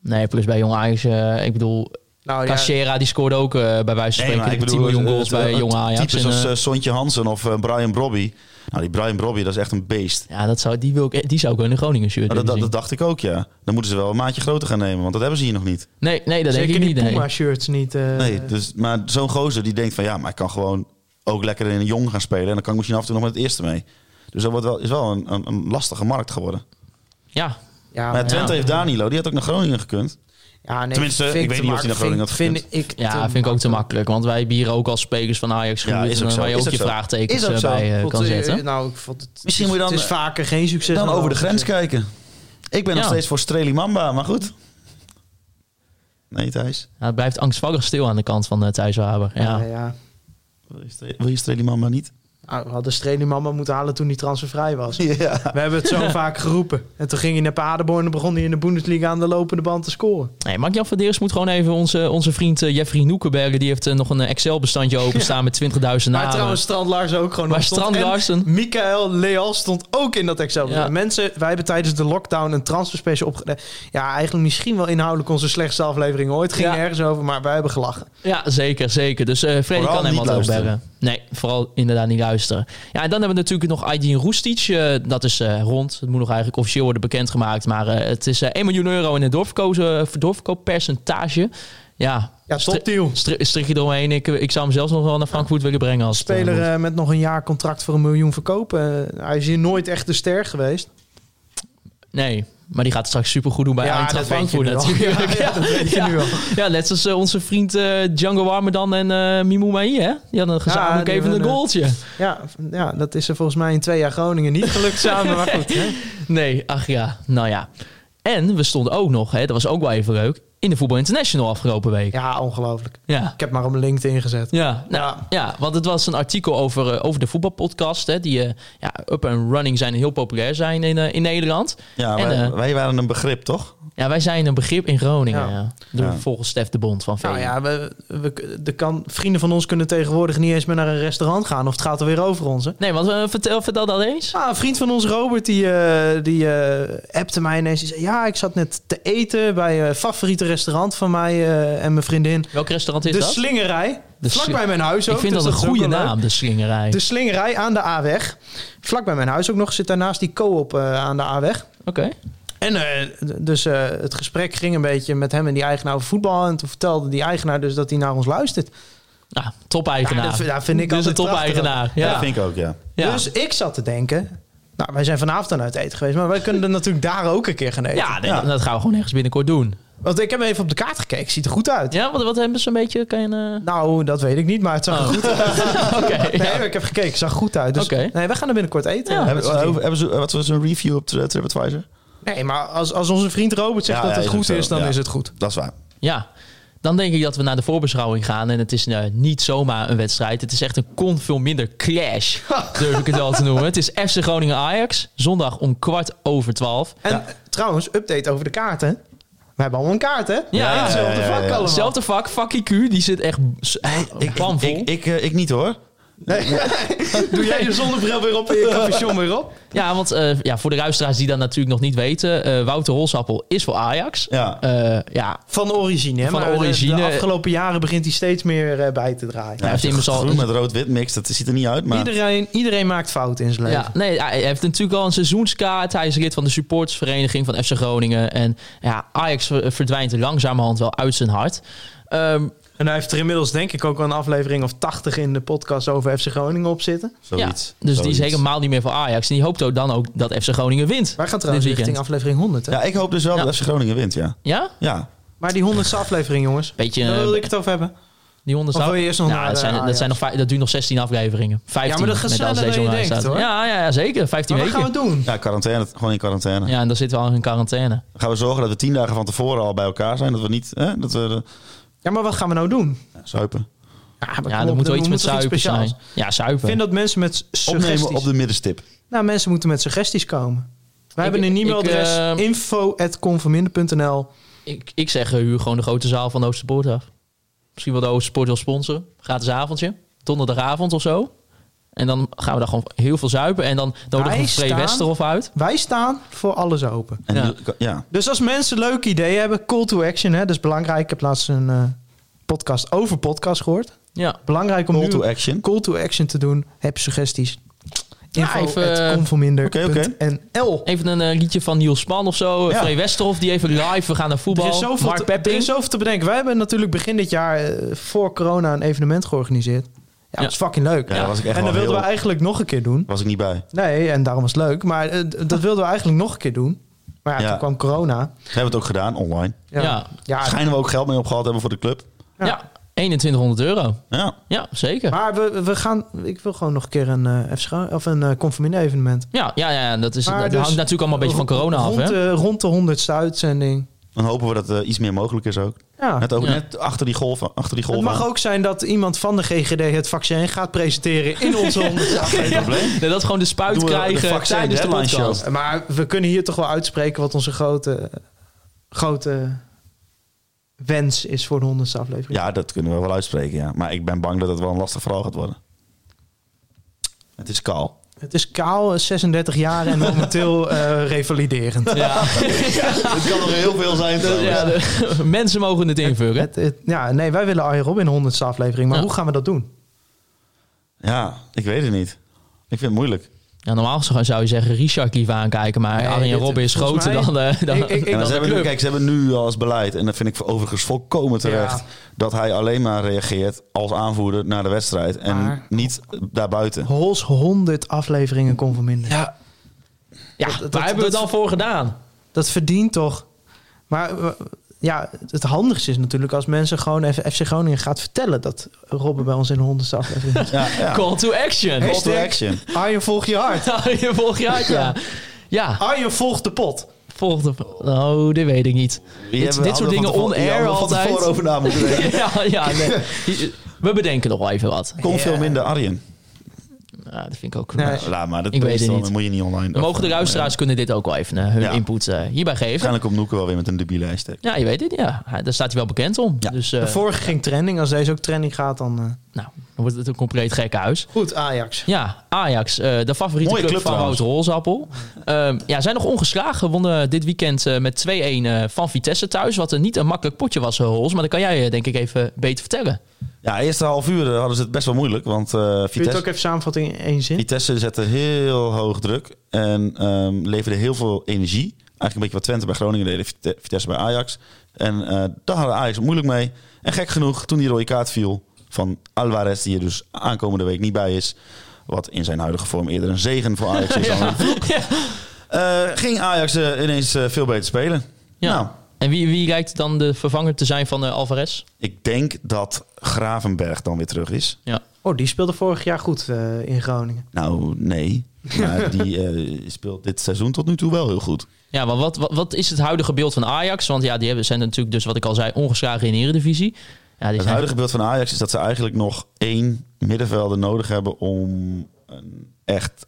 Speaker 4: Nee, plus bij Jong Ajax. eh, ik bedoel,
Speaker 5: Oh,
Speaker 6: Nou, ja,
Speaker 4: Cachera die scoorde ook eh, bij wijze van spreken 10 miljoen
Speaker 5: eh,
Speaker 4: goals
Speaker 5: eh,
Speaker 4: bij Jong Ajax.
Speaker 5: Types
Speaker 4: En,
Speaker 5: als
Speaker 4: eh,
Speaker 5: eh, Sontje Hansen of eh, Brian Brobby. Nou, die Brian Brobby, dat is echt een beest.
Speaker 4: ja, dat zou, die, wil ik, die zou ik wel in een Groningen shirt
Speaker 5: Nou, dat, dat,
Speaker 4: willen
Speaker 5: dat dacht ik ook, ja. Dan moeten ze wel een maatje groter gaan nemen, want dat hebben ze hier nog niet.
Speaker 4: zien. Nee, nee, dat denk
Speaker 6: zeker
Speaker 4: ik niet.
Speaker 6: die
Speaker 4: nee.
Speaker 6: Puma-shirts niet. eh,
Speaker 5: Nee, dus, maar zo'n gozer die denkt van ja, maar ik kan gewoon ook lekker in een jong gaan spelen. En dan kan ik misschien af en toe nog met het eerste mee. Dus dat wordt wel, is wel een, een, een lastige markt geworden.
Speaker 4: Ja,
Speaker 6: Ja,
Speaker 5: Maar ja,
Speaker 6: maar-
Speaker 5: Twente
Speaker 4: Ah, ja.
Speaker 5: heeft Danilo, die had ook naar Groningen gekund.
Speaker 6: Ja, nee,
Speaker 5: Tenminste,
Speaker 6: vind
Speaker 5: ik
Speaker 6: te
Speaker 5: weet niet of hij naar
Speaker 6: makkelijk.
Speaker 5: Groningen
Speaker 6: vind,
Speaker 5: had
Speaker 6: vind ik
Speaker 4: ja vind ik ook te makkelijk. Want wij hebben hier ook als spelers van Ajax
Speaker 5: Ja,
Speaker 4: gehuurd,
Speaker 5: is ook zo,
Speaker 4: waar je
Speaker 5: is
Speaker 4: ook
Speaker 5: ook
Speaker 4: je
Speaker 5: zo.
Speaker 4: vraagtekens
Speaker 5: Is ook
Speaker 4: eh,
Speaker 5: zo.
Speaker 4: bij eh,
Speaker 6: Vond,
Speaker 4: kan
Speaker 6: eh,
Speaker 4: zetten.
Speaker 6: nou, ik vond het,
Speaker 5: Misschien moet je dan- eh,
Speaker 6: het is vaker geen succes.
Speaker 5: Dan over de grens
Speaker 6: Ja,
Speaker 5: kijken. Ik ben nog
Speaker 4: Ja.
Speaker 5: steeds voor Streli Mamba, maar goed. Nee, Thijs.
Speaker 4: Ja, het blijft angstvallig stil aan de kant van eh Thijs Waber. Ja.
Speaker 6: ja. ja.
Speaker 5: Wil je Stre- Wil je Streli Mamba niet?
Speaker 6: Ah, We hadden Streli Mama moeten halen toen hij transfervrij was.
Speaker 5: Ja.
Speaker 6: We hebben het zo vaak geroepen. En toen ging hij naar Paderborn en begon hij in de Bundesliga aan de lopende band te scoren.
Speaker 4: Nee, Mark-Jan Verdeers moet gewoon even onze, onze vriend eh, Jeffrey Noekenbergen... die heeft eh, nog een eh, Excel-bestandje openstaan met 20.000 namen.
Speaker 6: maar trouwens, Strand Larsen ook gewoon.
Speaker 4: Nou, eh, Maar
Speaker 6: op stond.
Speaker 4: Strand
Speaker 6: En
Speaker 4: Larsen-
Speaker 6: Michael Leal stond ook in dat Excel.
Speaker 4: Ja.
Speaker 6: Mensen, wij hebben tijdens de lockdown een transferspecial opgedaan. Ja, eigenlijk misschien wel inhoudelijk onze slechtste aflevering ooit. Ging
Speaker 4: Ja.
Speaker 6: ergens over, maar wij hebben gelachen.
Speaker 4: Ja, zeker, zeker. Dus eh Freddy
Speaker 5: Vooral
Speaker 4: kan helemaal
Speaker 5: niet
Speaker 4: ook
Speaker 5: luisteren.
Speaker 4: bellen. Nee, vooral inderdaad niet luisteren. Ja, en dan hebben we natuurlijk nog Aydin Roestic. eh, dat is eh, rond. Het moet nog eigenlijk officieel worden bekendgemaakt. Maar eh, het is eh 1 miljoen euro in het doorverkozen- doorverkooppercentage. Ja,
Speaker 6: Ja,
Speaker 4: stri-
Speaker 6: topdeal.
Speaker 4: stri- strik je eromheen. Ik, eh, ik zou hem zelfs nog wel naar Frankfurt willen brengen. Als het, eh,
Speaker 6: Speler
Speaker 4: moet.
Speaker 6: eh, met nog een jaar contract voor een miljoen verkopen. Eh, hij is hier nooit echt de ster geweest.
Speaker 4: Nee, maar die gaat het straks supergoed doen bij
Speaker 6: ja,
Speaker 4: Eintracht
Speaker 6: weet je
Speaker 4: Frankfurt
Speaker 6: nu al.
Speaker 4: natuurlijk.
Speaker 6: Ja, dat weet je nu al.
Speaker 4: Ja, net zoals eh, onze vriend eh, Django Warmedan en eh Mimou Mahi, hè? Die hadden gezamenlijk
Speaker 6: Ja, die
Speaker 4: even een
Speaker 6: hebben, eh,
Speaker 4: goaltje.
Speaker 6: Ja, v- ja, dat is er volgens mij in twee jaar Groningen niet gelukt samen. Maar goed, hè.
Speaker 4: Nee, ach ja, nou ja. En we stonden ook nog, hè, dat was ook wel even leuk, in de Voetbal International afgelopen week. Ja.
Speaker 6: Ja, ongelooflijk.
Speaker 4: Ja.
Speaker 6: Ik heb maar op LinkedIn gezet.
Speaker 4: Ja, nou, ja. want het was een artikel over, eh, over de voetbalpodcast. Hè, die eh, ja, up and running zijn en heel populair zijn in, eh, in Nederland.
Speaker 5: Ja,
Speaker 4: En,
Speaker 5: wij,
Speaker 4: eh,
Speaker 5: wij waren een begrip, toch?
Speaker 4: Ja, wij zijn een begrip in Groningen. Ja.
Speaker 6: Ja.
Speaker 4: Door-
Speaker 5: Ja.
Speaker 4: Volgens Stef de Bond van VN.
Speaker 6: Nou ja, we, we, de kan, vrienden van ons kunnen tegenwoordig niet eens meer naar een restaurant gaan. Of het gaat alweer over ons. Hè?
Speaker 4: Nee, want eh, vertel, vertel dat eens.
Speaker 6: Ah, een vriend van ons, Robert, die, eh, die eh, appte mij ineens. Die zei, ja, ik zat net te eten bij een favoriete restaurant van mij eh, en mijn vriendin.
Speaker 4: Welk restaurant is
Speaker 6: de
Speaker 4: dat?
Speaker 6: Slingerij.
Speaker 4: De
Speaker 6: vlakbij
Speaker 4: Sli-
Speaker 6: mijn huis ook.
Speaker 4: Ik vind
Speaker 6: dus
Speaker 4: dat een
Speaker 6: is ook
Speaker 4: goede
Speaker 6: wel leuk.
Speaker 4: naam, de slingerij.
Speaker 6: De Slingerij aan de A-weg. Vlakbij mijn huis ook nog. Zit daarnaast die co-op eh, aan de A-weg.
Speaker 4: Oké.
Speaker 6: En eh, d- dus eh, het gesprek ging een beetje met hem en die eigenaar over voetbal. En toen vertelde die eigenaar dus dat hij naar ons luistert.
Speaker 4: Nou, top-eigenaar.
Speaker 6: Ja, dat vind- dat vind ik
Speaker 4: dus een
Speaker 6: altijd
Speaker 4: top-eigenaar.
Speaker 5: Ja.
Speaker 4: Ja.
Speaker 5: Dat vind ik ook, ja.
Speaker 4: Ja.
Speaker 6: Dus ik zat te denken. Nou, wij zijn vanavond aan het eten geweest, maar wij kunnen er natuurlijk daar ook een keer gaan eten.
Speaker 4: Ja, nee,
Speaker 5: Ja.
Speaker 4: dat gaan we gewoon ergens binnenkort doen.
Speaker 6: Want ik heb even op de kaart gekeken, ziet er goed uit.
Speaker 4: Ja, wat, wat hebben ze een beetje? Kan je, eh,
Speaker 6: Nou, dat weet ik niet, maar het zag er
Speaker 4: Oh.
Speaker 6: goed uit.
Speaker 4: Oké.
Speaker 6: Nee, maar ik heb gekeken, het zag er goed uit. Dus
Speaker 4: Oké.
Speaker 6: nee, wij gaan er binnenkort eten.
Speaker 4: Ja.
Speaker 6: Met z'n
Speaker 5: Hebben, eh,
Speaker 6: drieën.
Speaker 5: hebben ze, wat was een review op Tri- TripAdvisor?
Speaker 6: Nee, maar als, als onze vriend Robert zegt
Speaker 5: Ja,
Speaker 6: dat
Speaker 5: ja,
Speaker 6: het
Speaker 5: is
Speaker 6: goed
Speaker 5: ook zo,
Speaker 6: is, dan
Speaker 5: ja.
Speaker 6: is het goed.
Speaker 5: Dat is waar.
Speaker 4: Ja, dan denk ik dat we naar de voorbeschouwing gaan. En het is eh, niet zomaar een wedstrijd. Het is echt een kon veel minder clash, durf ik het wel te noemen. Het is FC Groningen-Ajax, zondag om kwart over twaalf.
Speaker 6: En trouwens, update over de kaarten. We hebben allemaal een kaart, hè?
Speaker 4: Ja,
Speaker 6: Hetzelfde
Speaker 5: ja, ja,
Speaker 6: vak
Speaker 5: ja.
Speaker 6: allemaal.
Speaker 4: Hetzelfde vak, Fakkie Q, die zit echt
Speaker 5: Ik,
Speaker 4: bam
Speaker 5: ik,
Speaker 4: vol.
Speaker 5: ik, ik, eh, ik niet hoor.
Speaker 6: Doe jij je zonnebril weer op en je capuchon weer op?
Speaker 4: Ja, want eh, ja, voor de luisteraars die dat natuurlijk nog niet weten... eh, Wouter Holsappel is voor Ajax.
Speaker 5: Ja.
Speaker 4: Eh, ja,
Speaker 6: Van origine, hè?
Speaker 4: Van
Speaker 6: maar de-
Speaker 4: origine.
Speaker 6: De, afgelopen jaren begint hij steeds meer eh, bij te draaien.
Speaker 5: Ja,
Speaker 4: heeft immers al-
Speaker 5: groen met rood-wit mix, dat ziet er niet uit, maar...
Speaker 6: Iedereen, iedereen maakt fouten in zijn leven.
Speaker 4: Ja, nee, hij heeft natuurlijk al een seizoenskaart. Hij is lid van de supportersvereniging van FC Groningen. En ja, Ajax ver- verdwijnt langzamerhand wel uit zijn hart. Ehm,
Speaker 6: En hij heeft er inmiddels denk ik ook wel een aflevering of 80 in de podcast over FC Groningen op zitten.
Speaker 4: ja,
Speaker 5: Zoiets.
Speaker 4: dus die is
Speaker 5: Zoiets.
Speaker 4: helemaal niet meer voor Ajax. En die hoopt ook dan ook dat FC Groningen wint.
Speaker 6: Wij gaan trouwens
Speaker 4: dit
Speaker 6: richting
Speaker 4: weekend.
Speaker 6: aflevering 100. Hè?
Speaker 5: Ja, ik hoop dus wel
Speaker 4: Ja.
Speaker 5: dat FC Groningen wint, ja.
Speaker 4: Ja?
Speaker 5: Ja,
Speaker 6: Maar die 100ste aflevering, jongens.
Speaker 4: Beetje,
Speaker 6: Daar
Speaker 4: eh,
Speaker 6: wilde ik het over hebben.
Speaker 4: Die honderd Nou,
Speaker 6: Of wil je eerst nog naar,
Speaker 4: dat,
Speaker 6: eh,
Speaker 4: zijn, dat,
Speaker 6: Ajax?
Speaker 4: zijn nog, vij- dat duurt nog 16 afleveringen. 15
Speaker 6: dat gaat
Speaker 4: met alles
Speaker 6: sneller dan je
Speaker 4: online
Speaker 6: denkt,
Speaker 4: staat.
Speaker 6: hoor.
Speaker 4: Ja, ja, ja, zeker. 15
Speaker 6: Maar wat
Speaker 4: weken.
Speaker 6: gaan we doen?
Speaker 5: ja quarantaine, gewoon in quarantaine.
Speaker 4: Ja, en dan zitten we al in quarantaine.
Speaker 5: Gaan we zorgen dat we tien dagen van tevoren al bij elkaar zijn, dat we niet... Hè, dat we eh,
Speaker 6: Ja, maar wat gaan we nou doen?
Speaker 5: zuipen.
Speaker 6: Ja, maar
Speaker 4: Ja,
Speaker 6: kom
Speaker 4: dan
Speaker 6: op,
Speaker 4: moet wel iets
Speaker 6: moet
Speaker 4: met
Speaker 6: toch
Speaker 4: zuipen
Speaker 6: speciaals?
Speaker 4: zijn. Ja,
Speaker 6: Ik
Speaker 4: zuipen.
Speaker 6: vind dat mensen met suggesties...
Speaker 5: Opnemen op de middenstip.
Speaker 6: Nou, mensen moeten met suggesties komen. Wij
Speaker 4: Ik-
Speaker 6: hebben een
Speaker 4: ik,
Speaker 6: e-mailadres
Speaker 4: eh,
Speaker 6: info.conforminder.nl
Speaker 4: Ik, ik zeg, eh, huur gewoon de grote zaal van de Oosterpoort af. Misschien wil de Oosterpoort wel sponsoren. Gratis avondje. Donderdagavond of zo. En dan gaan we daar gewoon heel veel zuipen. En dan nodigen
Speaker 6: Wij
Speaker 4: we Free
Speaker 6: staan-
Speaker 4: Westerhof uit.
Speaker 6: Wij staan voor alles open.
Speaker 5: En
Speaker 4: Ja.
Speaker 5: ja. ja.
Speaker 6: Dus als mensen leuke ideeën hebben, call to action, hè, dat is belangrijk. Ik heb laatst een eh, podcast over podcast gehoord.
Speaker 4: Ja.
Speaker 6: Belangrijk om
Speaker 5: Call
Speaker 6: nu
Speaker 5: to action.
Speaker 6: call to action te doen. Heb je suggesties?
Speaker 4: Ja,
Speaker 6: Info
Speaker 4: even, eh,
Speaker 6: at conforminder
Speaker 5: oké, oké.
Speaker 6: punt NL.
Speaker 4: Even een eh, liedje van Niels Span of zo.
Speaker 5: Ja.
Speaker 4: Free Westerhof, die even live. We gaan naar voetbal.
Speaker 6: Er is, zoveel
Speaker 4: Mark
Speaker 6: te, er
Speaker 4: Pepping.
Speaker 6: is zoveel te bedenken. Wij hebben natuurlijk begin dit jaar eh, voor corona een evenement georganiseerd. Ja, dat is fucking leuk.
Speaker 5: Ja, daar was ik echt
Speaker 6: en
Speaker 5: wel
Speaker 6: dat wilden
Speaker 5: heel-
Speaker 6: we eigenlijk nog een keer doen.
Speaker 5: Was ik niet bij.
Speaker 6: Nee, en daarom was het leuk. Maar eh, d- dat wilden we eigenlijk nog een keer doen. Maar ja,
Speaker 5: Ja.
Speaker 6: toen kwam corona.
Speaker 5: We hebben het ook gedaan, online.
Speaker 6: Ja,
Speaker 4: Ja.
Speaker 6: ja,
Speaker 5: Schijnen we ook geld mee opgehaald hebben voor de club.
Speaker 4: ja. 2100 euro.
Speaker 5: Ja.
Speaker 4: Ja, zeker.
Speaker 6: Maar we, we gaan, ik wil gewoon nog een keer een, eh, FC of een eh conforminder evenement.
Speaker 4: Ja, ja, ja, dat, is,
Speaker 6: Maar
Speaker 4: dat
Speaker 6: dus-
Speaker 4: hangt natuurlijk allemaal een beetje van corona af.
Speaker 6: rond,
Speaker 4: Hè?
Speaker 6: De, rond de honderdste uitzending.
Speaker 5: Dan hopen we dat er iets meer mogelijk is ook.
Speaker 6: Ah. Ja.
Speaker 5: Net, ook,
Speaker 4: Ja.
Speaker 5: net achter die golf. Achter die golf
Speaker 6: Het
Speaker 5: aan.
Speaker 6: mag ook zijn dat iemand van de GGD het vaccin gaat presenteren in onze honderdste aflevering.
Speaker 5: probleem.
Speaker 4: Nee, dat gewoon de spuit
Speaker 5: Doen we de
Speaker 4: krijgen
Speaker 5: vaccin
Speaker 4: tijdens de
Speaker 5: deadline
Speaker 4: podcast.
Speaker 6: Maar we kunnen hier toch wel uitspreken wat onze grote, eh, grote wens is voor de honderdste aflevering.
Speaker 5: Ja, dat kunnen we wel uitspreken, ja. Maar ik ben bang dat het wel een lastig verhaal gaat worden. Het is kaal.
Speaker 6: Het is kaal, 36 jaar en momenteel eh, revaliderend.
Speaker 4: Ja,
Speaker 5: Het kan nog heel veel zijn.
Speaker 4: ja, de- mensen mogen het invullen.
Speaker 6: Het- het- ja, nee, wij willen Arjen Robin honderdste aflevering, maar
Speaker 4: Ja.
Speaker 6: hoe gaan we dat doen?
Speaker 5: Ja, ik weet het niet. Ik vind het moeilijk.
Speaker 4: Ja, normaal zou je zeggen Richard liever aankijken, maar
Speaker 6: Nee,
Speaker 4: Arjen
Speaker 6: dit-
Speaker 4: Robben is
Speaker 6: volgens
Speaker 4: groter
Speaker 6: mij-
Speaker 4: dan, eh, dan...
Speaker 6: Ik- ik-
Speaker 5: En
Speaker 6: dan
Speaker 5: ze
Speaker 6: de
Speaker 5: hebben nu,
Speaker 6: club.
Speaker 5: kijk, ze hebben nu als beleid, en dat vind ik overigens volkomen terecht,
Speaker 6: Ja.
Speaker 5: dat hij alleen maar reageert als aanvoerder naar de wedstrijd en
Speaker 6: Maar-
Speaker 5: niet daarbuiten.
Speaker 6: Hols 100 afleveringen kon verminderen.
Speaker 4: ja, ja waar
Speaker 6: dat-
Speaker 4: hebben we het
Speaker 6: dat-
Speaker 4: dan voor gedaan?
Speaker 6: Dat verdient toch. Maar eh, ja, het handigste is natuurlijk als mensen gewoon even FC Groningen gaat vertellen dat Robben bij ons in de honderdste aflevering is.
Speaker 5: Ja, ja.
Speaker 4: Call to action.
Speaker 5: Call to action.
Speaker 6: Arjen volg je hart.
Speaker 4: Arjen volg je uit, ja. Ja,
Speaker 6: Arjen volgt de pot.
Speaker 4: volgende... Oh, dit weet ik niet. Dit,
Speaker 5: Die hebben-
Speaker 4: dit
Speaker 5: hadden
Speaker 4: soort
Speaker 5: we
Speaker 4: dingen
Speaker 5: van tevoren- die
Speaker 4: on-air
Speaker 5: hadden we Van
Speaker 4: altijd.
Speaker 5: tevoren over na moeten denken.
Speaker 4: ja, ja nee. We bedenken nog wel even wat.
Speaker 5: Kom veel minder Arjen.
Speaker 4: Ja, dat vind ik ook...
Speaker 6: Nee.
Speaker 5: Laat maar, dat
Speaker 4: Ik weet het
Speaker 5: meestal
Speaker 4: niet.
Speaker 5: moet je niet online.
Speaker 4: Mogen de
Speaker 5: luisteraars?
Speaker 4: luisteraars kunnen dit ook wel even eh, hun
Speaker 5: Ja.
Speaker 4: input eh, hierbij geven?
Speaker 5: Waarschijnlijk komt Noeke wel weer met een debiele hashtag.
Speaker 4: Ja, je weet het, ja. Hij- Daar staat hij wel bekend om. Dus eh,
Speaker 6: De vorige ging trending. Als deze ook trending gaat, dan... eh,
Speaker 4: nou, dan wordt het een compleet gekke huis.
Speaker 6: Goed, Ajax.
Speaker 4: Ja, Ajax, eh, de favoriete
Speaker 5: Mooie
Speaker 4: club,
Speaker 5: club
Speaker 4: van
Speaker 5: trouwens.
Speaker 4: Rood Rolzappel. Ehm, ja, zijn nog ongeslagen. Wonnen dit weekend eh, met 2-1 eh, van Vitesse thuis. Wat een niet een makkelijk potje was, eh, Hols. Maar dat kan jij eh, denk ik even beter vertellen.
Speaker 5: Ja, eerste half uur eh, hadden ze het best wel moeilijk. Want eh,
Speaker 6: Kun je het
Speaker 5: Vitesse,
Speaker 6: ook even samenvatten in één zin?
Speaker 5: Vitesse zette heel hoog druk. En ehm, leverde heel veel energie. Eigenlijk een beetje wat Twente bij Groningen deden. Vite- Vitesse bij Ajax. En eh, daar hadden Ajax het moeilijk mee. En gek genoeg, toen die rode kaart viel van Alvarez... die er dus aankomende week niet bij is... wat in zijn huidige vorm eerder een zegen voor Ajax is... dan een vloek, eh, ging Ajax eh, ineens eh, veel beter spelen.
Speaker 4: Ja.
Speaker 5: Nou,
Speaker 4: En wie, wie lijkt dan de vervanger te zijn van eh, Alvarez?
Speaker 5: ik denk dat Gravenberg dan weer terug is.
Speaker 4: Ja.
Speaker 6: Oh, die speelde vorig jaar goed eh, in Groningen.
Speaker 5: Nou, nee. Maar die eh, speelt dit seizoen tot nu toe wel heel goed.
Speaker 4: Ja, maar wat, wat, wat is het huidige beeld van Ajax? Want ja, die hebben, zijn natuurlijk dus, wat ik al zei, ongeslagen in de Eredivisie. Ja, die
Speaker 5: Het
Speaker 4: zijn-
Speaker 5: huidige beeld van Ajax is dat ze eigenlijk nog één middenvelder nodig hebben om een echt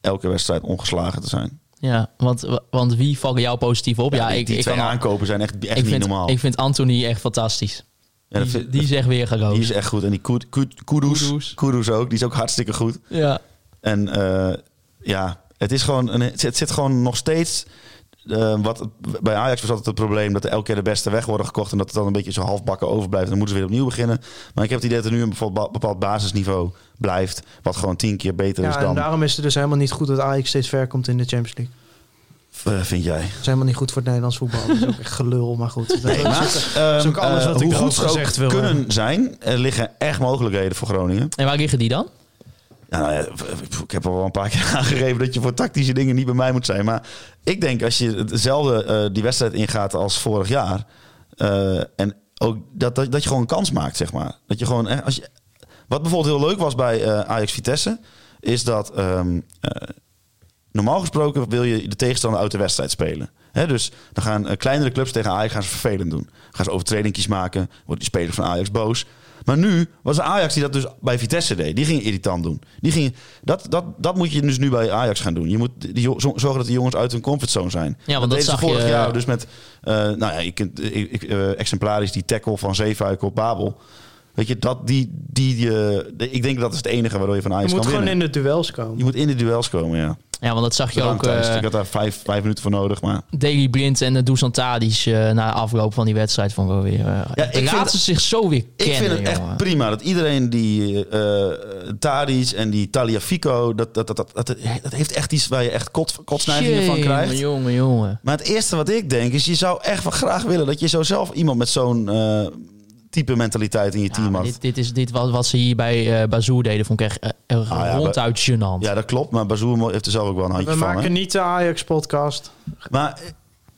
Speaker 5: elke wedstrijd ongeslagen te zijn.
Speaker 4: ja want, want wie vallen jou positief op? Ja,
Speaker 5: die,
Speaker 4: ik,
Speaker 5: die
Speaker 4: ik,
Speaker 5: twee
Speaker 4: kan al-
Speaker 5: aankopen zijn echt, echt
Speaker 4: ik,
Speaker 5: niet
Speaker 4: vind,
Speaker 5: normaal.
Speaker 4: ik vind Anthony echt fantastisch.
Speaker 5: Ja, dat
Speaker 4: die,
Speaker 5: vind-
Speaker 4: die is echt weer
Speaker 5: die
Speaker 4: geroost.
Speaker 5: is echt goed. En die Kud- Kud- Kudus,
Speaker 4: Kudus.
Speaker 5: Kudus ook, die is ook hartstikke goed.
Speaker 4: Ja.
Speaker 5: En eh, ja, het, is gewoon een, het, zit- het zit gewoon nog steeds... eh, wat, bij Ajax was altijd het probleem dat er elke keer de beste weg worden gekocht... en dat het dan een beetje zo halfbakken overblijft. En dan moeten ze weer opnieuw beginnen. Maar ik heb het idee dat er nu een bepaald, bepaald basisniveau blijft... wat gewoon tien keer beter is
Speaker 6: Ja, en
Speaker 5: dan...
Speaker 6: daarom is het dus helemaal niet goed dat Ajax steeds ver komt in de Champions League.
Speaker 5: Eh, vind jij?
Speaker 6: Dat is helemaal niet goed voor het Nederlands voetbal. Dat is ook echt gelul, maar goed. Dat-
Speaker 5: Ehm,
Speaker 6: is ook alles
Speaker 5: eh,
Speaker 6: wat ik
Speaker 5: hoe
Speaker 6: erover
Speaker 5: goed ze ook
Speaker 6: gezegd wil
Speaker 5: kunnen
Speaker 6: hebben.
Speaker 5: zijn, er liggen echt mogelijkheden voor Groningen.
Speaker 4: En waar liggen die dan?
Speaker 5: Ja, nou ja, pff, ik heb al wel een paar keer aangegeven dat je voor tactische dingen niet bij mij moet zijn. Maar ik denk als je hetzelfde eh, die wedstrijd ingaat als vorig jaar. eh, en ook dat, dat, dat je gewoon een kans maakt, zeg maar. Dat je gewoon, eh, als je, wat bijvoorbeeld heel leuk was bij eh, Ajax Vitesse, is dat ehm, eh, normaal gesproken wil je de tegenstander uit de wedstrijd spelen. Hè, dus dan gaan eh, kleinere clubs tegen Ajax gaan ze vervelend doen. Gaan ze overtredingjes maken, wordt die speler van Ajax boos. Maar nu was de Ajax die dat dus bij Vitesse deed. Die ging irritant doen. Die ging, dat, dat, dat moet je dus nu bij Ajax gaan doen. Je moet die, jo- zo- zorgen dat die jongens uit hun comfortzone zijn.
Speaker 4: want dat
Speaker 5: deden ze
Speaker 4: zag
Speaker 5: vorig
Speaker 4: je-
Speaker 5: jaar dus met... eh, nou ja, ik, ik, ik, eh, exemplarisch die tackle van Zeefuik op Babel. Weet je, dat, die, die, die, eh, de- ik denk dat is het enige waardoor je van
Speaker 6: Je
Speaker 5: Ajax
Speaker 6: moet
Speaker 5: kan
Speaker 6: gewoon
Speaker 5: winnen.
Speaker 6: in de duels komen.
Speaker 5: Je moet in de duels komen, ja.
Speaker 4: Ja, want dat zag je ook.
Speaker 5: Ruimte.
Speaker 4: eh
Speaker 5: ik had daar vijf, vijf minuten voor nodig, maar...
Speaker 4: Daily Blind en uh, Dusan Tadic eh, na afloop van die wedstrijd vond ik wel weer... eh
Speaker 5: Ja, ik
Speaker 4: laten
Speaker 5: vind-
Speaker 4: ze zich zo weer
Speaker 5: Ik
Speaker 4: kennen,
Speaker 5: vind het
Speaker 4: jongen.
Speaker 5: echt prima dat iedereen die eh eh, Tadic en die Taliafico... Dat, dat, dat, dat, dat, dat heeft echt iets waar je echt kot, kotsnijdingen van
Speaker 4: Jongen,
Speaker 5: krijgt.
Speaker 4: Jongen, jongen.
Speaker 5: Maar het eerste wat ik denk is, je zou echt wel graag willen... dat je zo zelf iemand met zo'n eh, type mentaliteit in je
Speaker 4: Ja,
Speaker 5: team
Speaker 4: maar
Speaker 5: had.
Speaker 4: dit, dit is dit wat, wat ze hier bij eh Bazoer deden, vond ik echt eh, eh,
Speaker 5: Ah, ja, maar-
Speaker 4: ronduit gênant.
Speaker 5: Ja, dat klopt. Maar Bazoer heeft er zelf ook wel een handje
Speaker 6: We
Speaker 5: van. hè?
Speaker 6: maken niet de Ajax-podcast.
Speaker 5: Maar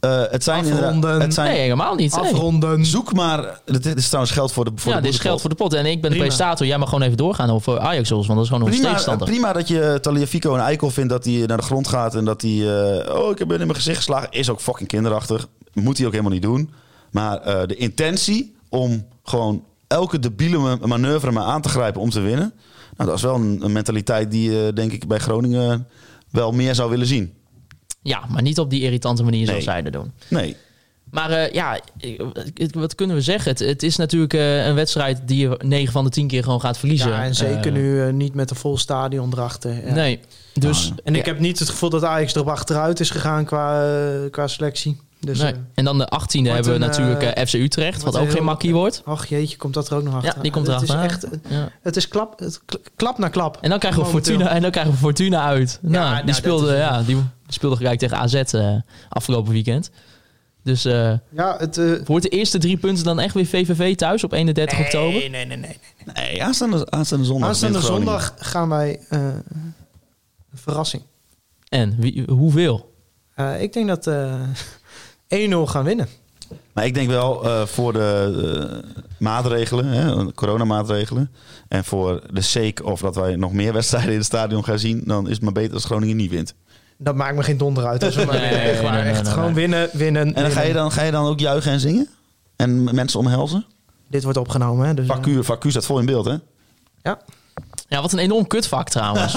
Speaker 5: eh, eh, het zijn
Speaker 6: Afronden.
Speaker 5: inderdaad- Het zijn,
Speaker 4: nee, helemaal niet. nee.
Speaker 6: Afronden.
Speaker 5: Zoek maar... Dit is trouwens geld voor de voor
Speaker 4: ja,
Speaker 5: de
Speaker 4: dit is geld
Speaker 5: boerenpot.
Speaker 4: voor de pot. En ik ben de
Speaker 6: Prima.
Speaker 4: prestator. Jij mag gewoon even doorgaan over Ajax, want dat is gewoon onze
Speaker 5: Prima,
Speaker 4: tegenstander.
Speaker 5: prima dat je eh, Taliafico een eikel vindt dat hij naar de grond gaat en dat hij... eh, oh, ik heb hem in mijn gezicht geslagen. Is ook fucking kinderachtig. Moet hij ook helemaal niet doen. Maar eh, de intentie om gewoon elke debiele ma- manoeuvre maar aan te grijpen om te winnen... Nou, dat is wel een, een mentaliteit die je, denk ik, bij Groningen wel meer zou willen zien.
Speaker 4: Ja, maar niet op die irritante manier zoals
Speaker 5: Nee.
Speaker 4: zij dat doen.
Speaker 5: Nee.
Speaker 4: Maar eh, ja, eh, het- wat kunnen we zeggen? Het, het is natuurlijk eh, een wedstrijd die je 9 van de 10 keer gewoon gaat verliezen.
Speaker 6: Ja, en zeker
Speaker 4: Eh,
Speaker 6: nu eh, niet met een vol stadion erachter. Ja.
Speaker 4: Nee, dus...
Speaker 6: En ik
Speaker 4: ja,
Speaker 6: heb niet het gevoel dat Ajax erop achteruit is gegaan qua, eh, qua selectie. Dus,
Speaker 4: nee.
Speaker 6: eh,
Speaker 4: En dan de 18e
Speaker 6: Wordt
Speaker 4: hebben we
Speaker 6: een,
Speaker 4: natuurlijk
Speaker 6: eh,
Speaker 4: eh, FC Utrecht, wat
Speaker 6: wordt
Speaker 4: ook
Speaker 6: een
Speaker 4: geen
Speaker 6: heel-
Speaker 4: makkie wordt.
Speaker 6: ach jeetje, komt dat er ook nog
Speaker 4: Ja,
Speaker 6: achter?
Speaker 4: die komt
Speaker 6: Het is
Speaker 4: erachter.
Speaker 6: echt,
Speaker 4: Ja.
Speaker 6: het is klap, het kl- klap na klap.
Speaker 4: En dan krijgen we
Speaker 6: Momenteel.
Speaker 4: Fortuna, en dan krijgen we Fortuna uit. Nou,
Speaker 6: nou,
Speaker 4: die
Speaker 6: dat
Speaker 4: speelde,
Speaker 6: is-
Speaker 4: ja, die speelde gelijk tegen AZ eh, afgelopen weekend. Dus eh
Speaker 6: Ja, het... eh,
Speaker 4: wordt de eerste drie punten dan echt weer VVV thuis op 31 oktober?
Speaker 6: Nee, nee, nee, nee.
Speaker 5: Nee, aanstaande, aanstaande zondag.
Speaker 6: Aanstaande
Speaker 5: wint Groningen.
Speaker 6: zondag gaan wij... eh, een verrassing.
Speaker 4: En wie, hoeveel?
Speaker 6: Eh, ik denk dat eh 1-0 gaan winnen.
Speaker 5: Maar ik denk wel eh, voor de eh, maatregelen, hè, coronamaatregelen. En voor de sake of dat wij nog meer wedstrijden in het stadion gaan zien. Dan is het maar beter als Groningen niet wint.
Speaker 6: Dat maakt me geen donder uit. Als we maar
Speaker 4: Nee,
Speaker 6: winnen. Echt
Speaker 4: nee,
Speaker 6: waar.
Speaker 4: nee,
Speaker 6: Echt
Speaker 4: nee,
Speaker 6: gewoon
Speaker 4: nee.
Speaker 6: winnen, winnen.
Speaker 5: En dan ga, je dan ga je dan ook juichen en zingen? En m- mensen omhelzen?
Speaker 6: Dit wordt opgenomen, hè? Dus, eh,
Speaker 5: Vacu, vacu staat vol in beeld, hè?
Speaker 6: ja.
Speaker 4: Ja, wat een enorm kutvak trouwens.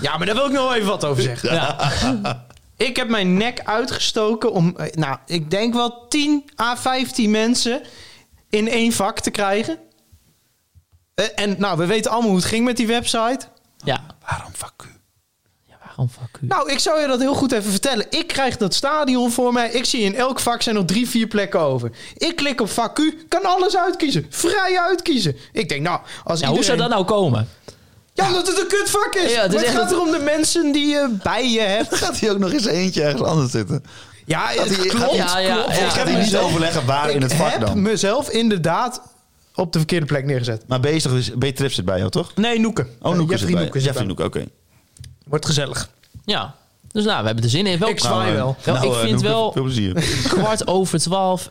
Speaker 6: ja, maar daar wil ik nog wel even wat over zeggen.
Speaker 4: ja.
Speaker 6: Ik heb mijn nek uitgestoken om, eh, nou, ik denk wel 10 à 15 mensen in één vak te krijgen. Eh, En nou, we weten allemaal hoe het ging met die website.
Speaker 4: ja.
Speaker 5: Waarom vacu?
Speaker 4: Ja, waarom fuck u?
Speaker 6: Nou, ik zou je dat heel goed even vertellen. Ik krijg dat stadion voor mij. Ik zie in elk vak zijn nog drie, vier plekken over. Ik klik op vak Q, kan alles uitkiezen. Vrij uitkiezen. Ik denk, nou, als
Speaker 4: ja,
Speaker 6: iedereen...
Speaker 4: hoe zou dat nou komen?
Speaker 6: Ja, omdat het een kutvak is.
Speaker 4: Ja, het
Speaker 6: het
Speaker 4: is echt
Speaker 6: gaat
Speaker 4: een-
Speaker 6: er om de mensen die je bij je hebt.
Speaker 5: Gaat hij ook nog eens eentje ergens anders zitten?
Speaker 6: Ja,
Speaker 5: Gaat
Speaker 6: het
Speaker 5: hij-
Speaker 6: klopt.
Speaker 5: gaat
Speaker 4: Ja, ja,
Speaker 6: klopt.
Speaker 4: ja.
Speaker 5: Ik heb hij niet
Speaker 6: mezelf-
Speaker 5: overleggen waar in het
Speaker 6: Ik
Speaker 5: vak
Speaker 6: heb
Speaker 5: dan.
Speaker 6: mezelf inderdaad op de verkeerde plek neergezet.
Speaker 5: Maar B, is toch, dus- B trip zit bij jou, toch?
Speaker 6: Nee, Noeken.
Speaker 5: Oh, Noeke
Speaker 6: Eh,
Speaker 5: zit
Speaker 6: Jeffrey
Speaker 5: bij
Speaker 6: Noeke zit
Speaker 5: Jeffrey
Speaker 6: bij.
Speaker 5: Noeke, oké.
Speaker 6: Wordt gezellig.
Speaker 4: Ja. Dus nou, we hebben er zin in. Wel,
Speaker 6: Ik zwaai
Speaker 5: eh,
Speaker 6: wel.
Speaker 4: Wel, Nou, ik
Speaker 5: eh,
Speaker 4: vind
Speaker 5: Noeke,
Speaker 4: wel-
Speaker 5: Veel plezier.
Speaker 4: kwart over twaalf.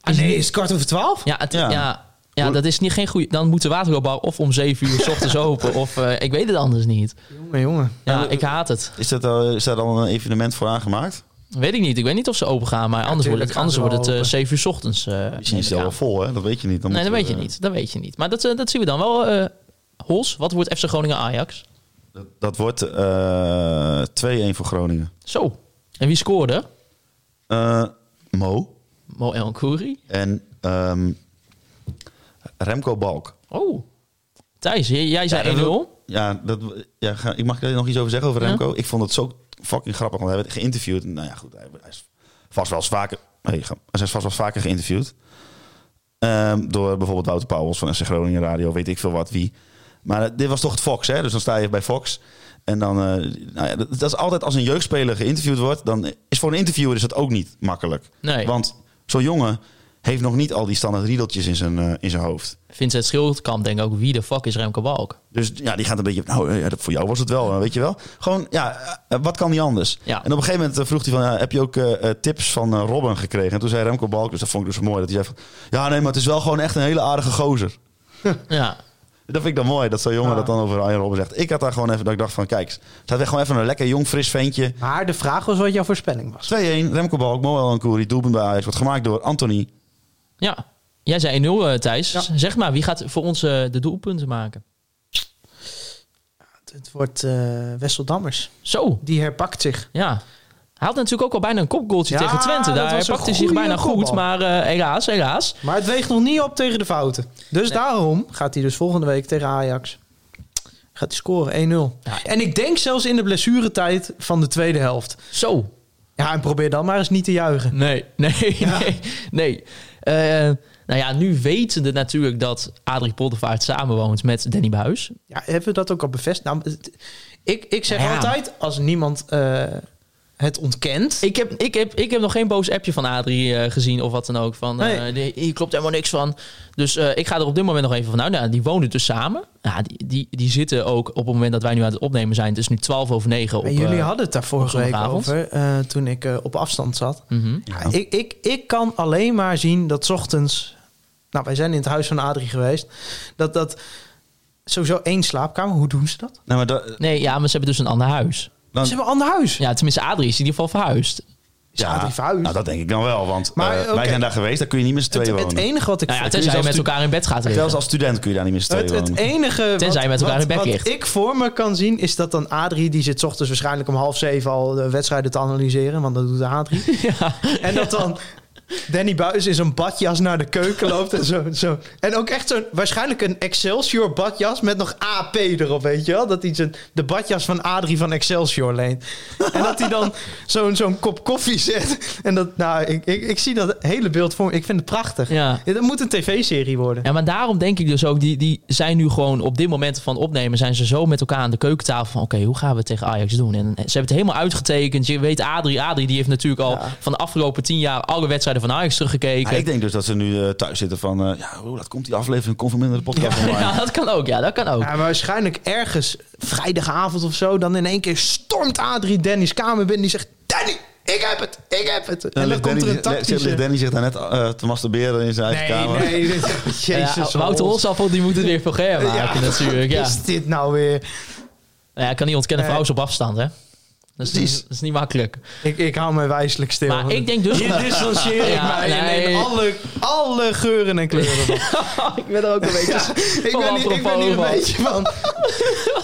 Speaker 6: Ah, nee, is het kwart over twaalf?
Speaker 4: Ja, het-
Speaker 5: Ja.
Speaker 4: ja. ja, dat is niet geen goede. Dan moet de waterloopbouw of om zeven uur s ochtends open. Of eh, ik weet het anders niet.
Speaker 6: Jongen, jongen.
Speaker 4: Ja,
Speaker 5: Ja,
Speaker 4: ik haat het.
Speaker 5: Is, dat al, is daar al een evenement voor aangemaakt?
Speaker 4: Weet ik niet. Ik weet niet of ze open gaan. Maar anders, wordt
Speaker 6: tuurlijk
Speaker 4: het, anders
Speaker 6: gaan ze
Speaker 4: wordt
Speaker 6: wel
Speaker 4: het eh,
Speaker 6: open.
Speaker 4: zeven uur s ochtends. eh,
Speaker 5: Misschien is
Speaker 4: neem
Speaker 5: het
Speaker 4: ik
Speaker 5: al wel
Speaker 4: aan.
Speaker 5: vol, hè? Dat weet je niet. Dan
Speaker 4: Nee, dat
Speaker 5: moeten
Speaker 4: weet je
Speaker 5: we, eh,
Speaker 4: niet. Dat weet je niet. Maar dat, eh, dat zien we dan wel. eh Hols, wat wordt FC Groningen Ajax?
Speaker 5: Dat, dat wordt eh 2-1 voor Groningen.
Speaker 4: Zo. En wie scoorde?
Speaker 5: Eh, Mo
Speaker 4: Mo El Khoury.
Speaker 5: en ehm, Remco Balk.
Speaker 4: Oh. Thijs, jij jij zei 1-0.
Speaker 5: Ja, dat, ja, ga- ik mag daar nog iets over zeggen over
Speaker 4: Ja.
Speaker 5: Remco. Ik vond het zo fucking grappig, want hij werd geïnterviewd. Nou ja, goed, hij, hij is vast wel eens vaker... Hey, ga- hij is vast wel eens vaker geïnterviewd. Ehm, door bijvoorbeeld Wouter Pauwels van FC Groningen Radio, weet ik veel wat, wie. Maar eh, dit was toch het Fox, hè? Dus dan sta je bij Fox. En dan, eh, nou ja, dat, dat is altijd als een jeugdspeler geïnterviewd wordt, dan is voor een interviewer is dat ook niet makkelijk.
Speaker 4: Nee.
Speaker 5: Want zo'n jongen heeft nog niet al die standaard riedeltjes in zijn, eh, in zijn hoofd.
Speaker 4: Vincent Schildkamp denkt ook, wie de fuck is Remco Balk?
Speaker 5: Dus ja, die gaat een beetje. Nou, eh, ja, dat- voor jou was het wel, eh, weet je wel. Gewoon, ja, eh, wat kan die anders?
Speaker 4: Ja.
Speaker 5: En op een gegeven moment eh, vroeg hij van, ja, heb je ook eh, eh, tips van eh, Robin gekregen? En toen zei Remco Balk, dus dat vond ik dus mooi, dat hij zei van, ja, nee, maar het is wel gewoon echt een hele aardige gozer.
Speaker 4: Ja.
Speaker 5: Dat vind ik dan mooi, dat zo'n jongen dat dan over Arjen Robben zegt. Ik had daar gewoon even, dat ik dacht van, kijk, staat weer gewoon even een lekker jong, fris ventje. 2-1,
Speaker 6: Maar de vraag was wat jouw voorspelling was.
Speaker 5: Remco Balk, Moel en Koeri, doelpunt bij Ajax, wordt gemaakt door Anthony.
Speaker 4: Ja. Jij zei 1-0, eh, Thijs.
Speaker 6: Ja.
Speaker 4: Zeg maar, wie gaat voor ons eh, de doelpunten maken?
Speaker 6: Het wordt eh Wesseldammers.
Speaker 4: Zo.
Speaker 6: Die herpakt zich.
Speaker 4: Ja. Hij had natuurlijk ook al bijna een kopgoaltje
Speaker 6: Ja,
Speaker 4: tegen Twente.
Speaker 6: dat
Speaker 4: Daar
Speaker 6: was
Speaker 4: hij
Speaker 6: een
Speaker 4: pakte hij zich
Speaker 6: goede
Speaker 4: bijna goed,
Speaker 6: kopbal.
Speaker 4: maar eh, helaas, helaas.
Speaker 6: Maar het weegt nog niet op tegen de fouten. Dus daarom gaat hij dus volgende week tegen Ajax. Gaat hij scoren 1-0.
Speaker 4: Ja.
Speaker 6: En ik denk zelfs in de blessuretijd van de tweede helft.
Speaker 4: Zo.
Speaker 6: Ja, en probeer dan maar eens niet te juichen.
Speaker 4: Nee, nee, nee. nee. Eh, nou ja, nu wetende natuurlijk dat Adrie Poldervaart samenwoont met Danny Buis.
Speaker 6: Ja, hebben we dat ook al bevestigd? Nou, het- ik, ik zeg
Speaker 4: Nou Ja.
Speaker 6: altijd, als niemand eh, het ontkent...
Speaker 4: Ik heb, ik, heb, ik heb nog geen boos appje van Adrie eh, gezien of wat dan ook. Van, eh,
Speaker 6: Nee.
Speaker 4: die- hier klopt helemaal niks van. Dus eh, ik ga er op dit moment nog even van uit. Nou, die wonen dus samen. Ja, die, die, die zitten ook op het moment dat wij nu aan het opnemen zijn. Het is nu 12 over 9 op...
Speaker 6: en jullie
Speaker 4: eh,
Speaker 6: hadden het daar vorige week
Speaker 4: zondagavond.
Speaker 6: over, eh, toen ik eh, op afstand zat.
Speaker 4: mhm.
Speaker 6: Ja. Ik, ik, ik kan alleen maar zien dat 's ochtends. Nou, wij zijn in het huis van Adrie geweest. Dat dat. Sowieso één slaapkamer. Hoe doen ze dat?
Speaker 5: Nou, maar dat,
Speaker 4: Nee, ja, maar ze hebben dus een ander huis.
Speaker 5: dan,
Speaker 6: Ze hebben een ander huis.
Speaker 4: Ja, tenminste, Adrie is in ieder geval verhuisd. Nou
Speaker 6: Is Adrie verhuisd?
Speaker 5: nou, dat denk ik dan wel, want
Speaker 6: Maar,
Speaker 5: eh,
Speaker 6: oké.
Speaker 5: wij zijn daar geweest, daar kun je niet met z'n
Speaker 6: het,
Speaker 5: tweeën
Speaker 6: het
Speaker 5: wonen.
Speaker 6: enige wat ik.
Speaker 4: Nou ja,
Speaker 6: het,
Speaker 5: kun je
Speaker 4: tenzij je
Speaker 5: zelfs
Speaker 4: met
Speaker 5: tu-
Speaker 4: elkaar in bed gaat
Speaker 5: Zelfs
Speaker 4: liggen.
Speaker 5: als student kun je daar niet met z'n tweeën
Speaker 6: het,
Speaker 5: wonen.
Speaker 6: enige.
Speaker 4: Tenzij
Speaker 6: wat,
Speaker 4: je met elkaar
Speaker 6: wat-
Speaker 4: in bed
Speaker 6: wat
Speaker 4: ligt.
Speaker 6: ik voor me kan zien is dat dan Adrie. Die zit 's ochtends waarschijnlijk om half zeven al de wedstrijden te analyseren. Want dat doet Adrie. En dat dan. Danny Buis in zo'n badjas naar de keuken loopt en zo. zo. En ook echt zo'n, waarschijnlijk een Excelsior badjas met nog AP erop, weet je wel? Dat hij zijn, de badjas van Adrie van Excelsior leent. En dat hij dan zo'n zo'n kop koffie zet. En dat, nou, ik, ik, ik zie dat hele beeld voor me. Ik vind het prachtig.
Speaker 4: Ja.
Speaker 6: dat moet een tv-serie worden.
Speaker 4: Ja, maar daarom denk ik dus ook, die, die zijn nu gewoon op dit moment van opnemen, zijn ze zo met elkaar aan de keukentafel van, oké, hoe gaan we het tegen Ajax doen? En ze hebben het helemaal uitgetekend. Je weet, Adrie, Adrie die heeft natuurlijk al van de afgelopen tien jaar alle wedstrijden van Ajax teruggekeken.
Speaker 5: Ja, ik denk dus dat ze nu eh, thuis zitten van... eh, ja, hoe laat komt die aflevering? Komt van minder de podcast online. Eh,
Speaker 4: ja, dat kan ook, ja, dat kan ook.
Speaker 6: Ja, maar waarschijnlijk ergens vrijdagavond of zo, dan in één keer stormt Adrie Danny's kamer binnen. Die zegt: Danny, ik heb het, ik heb het. En dan
Speaker 5: ligt
Speaker 6: komt er
Speaker 5: Danny-
Speaker 6: een
Speaker 5: ligt
Speaker 6: tactische.
Speaker 5: Danny zich daarnet eh, te masturberen in zijn eigen
Speaker 6: Nee,
Speaker 5: kamer.
Speaker 6: nee, dit-
Speaker 4: Ja,
Speaker 6: Jezus.
Speaker 4: Wouter
Speaker 6: Hols.
Speaker 4: Holzappel, die moet het weer voor Ger maken natuurlijk. Ja.
Speaker 6: Is dit nou weer?
Speaker 4: Nou ja, ik kan niet ontkennen,
Speaker 6: Nee.
Speaker 4: vrouw is op afstand, hè? Dat is,
Speaker 5: Precies.
Speaker 4: niet, dat is niet makkelijk.
Speaker 6: Ik, ik hou mij wijselijk stil.
Speaker 4: Maar ik denk dus...
Speaker 6: Hier distancieer ik
Speaker 4: Ja,
Speaker 6: mij in
Speaker 4: nee.
Speaker 6: alle, alle geuren en kleuren. van.
Speaker 4: ik ben er ook een beetje...
Speaker 6: ik, ben hier, ik ben hier een beetje van...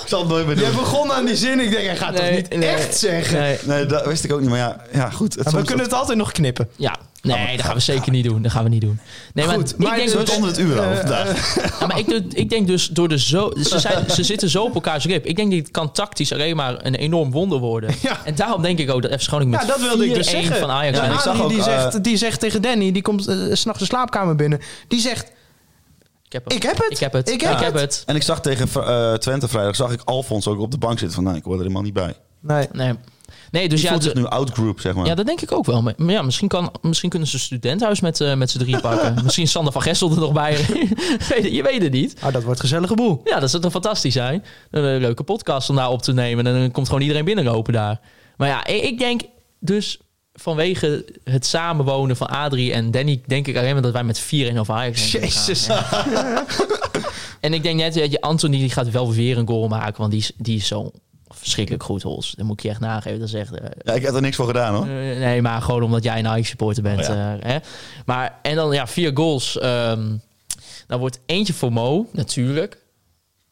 Speaker 5: Ik zal het nooit meer
Speaker 6: Jij
Speaker 5: doen.
Speaker 6: begon aan die zin. Ik denk, hij gaat
Speaker 4: Nee,
Speaker 6: toch niet
Speaker 4: nee.
Speaker 6: echt zeggen?
Speaker 4: Nee.
Speaker 5: Nee, dat wist ik ook niet. Maar ja, ja goed. Het
Speaker 6: Maar we
Speaker 5: soms-
Speaker 6: kunnen het altijd nog knippen.
Speaker 4: Ja, nee, dat gaan we zeker niet doen. Dat gaan we niet doen. Nee, maar,
Speaker 6: Goed,
Speaker 4: ik,
Speaker 6: maar
Speaker 4: denk
Speaker 6: dus-
Speaker 4: dus,
Speaker 5: onder het uur al
Speaker 6: Eh,
Speaker 5: vandaag.
Speaker 4: ja, maar ik, doe- ik denk dus door de zo... Ze, zijn, ze zitten zo op elkaars rib. Ik denk dat het kan tactisch alleen maar een enorm wonder worden.
Speaker 6: Ja.
Speaker 4: En daarom denk ik ook dat F. Schoning met
Speaker 6: Ja, dat wilde ik dus
Speaker 4: 4-1
Speaker 6: zeggen.
Speaker 4: van Ajax...
Speaker 6: Ja,
Speaker 5: en
Speaker 4: wint.
Speaker 5: ik zag
Speaker 6: Adrie,
Speaker 5: ook,
Speaker 6: die,
Speaker 5: eh,
Speaker 6: zegt, die zegt tegen Danny, die komt eh, s s'nachts de slaapkamer binnen. Die zegt,
Speaker 4: Ik heb, hem.
Speaker 6: ik heb het.
Speaker 4: Ik heb het.
Speaker 6: Ik heb het.
Speaker 5: En ik zag tegen eh, Twente vrijdag, zag ik Alfons ook op de bank zitten. Van, nou, ik hoor er helemaal niet bij.
Speaker 6: Nee.
Speaker 4: Nee. nee, dus
Speaker 5: Die
Speaker 4: ja,
Speaker 5: voelt zich
Speaker 4: de-
Speaker 5: nu outgroup, zeg maar.
Speaker 4: ja, dat denk ik ook wel. Maar maar ja, misschien, kan, misschien kunnen ze een studentenhuis met, eh, met z'n drie pakken. misschien is Sander van Gessel er nog bij. Weet je- je weet het niet.
Speaker 6: Oh, dat wordt gezellige boel.
Speaker 4: Ja, dat zou toch fantastisch zijn? Een eh, leuke podcast om daar op te nemen. En dan komt gewoon iedereen binnenlopen daar. Maar ja, i- ik denk dus vanwege het samenwonen van Adrie en Danny... denk ik alleen maar dat wij met 4-1 over Ajax heen gaan.
Speaker 6: Jezus.
Speaker 4: En ik denk net, dat je, Anthony die gaat wel weer een goal maken. Want die is, die is zo verschrikkelijk goed, Hols. Dat moet ik je echt nageven. Dat is echt... eh,
Speaker 5: Ja, ik heb er niks voor gedaan, hoor.
Speaker 4: Eh, nee, maar gewoon omdat jij een Ajax-supporter bent.
Speaker 5: Oh
Speaker 4: eh, hè? Maar, en dan ja, vier goals. ehm dan wordt eentje voor Mo, natuurlijk.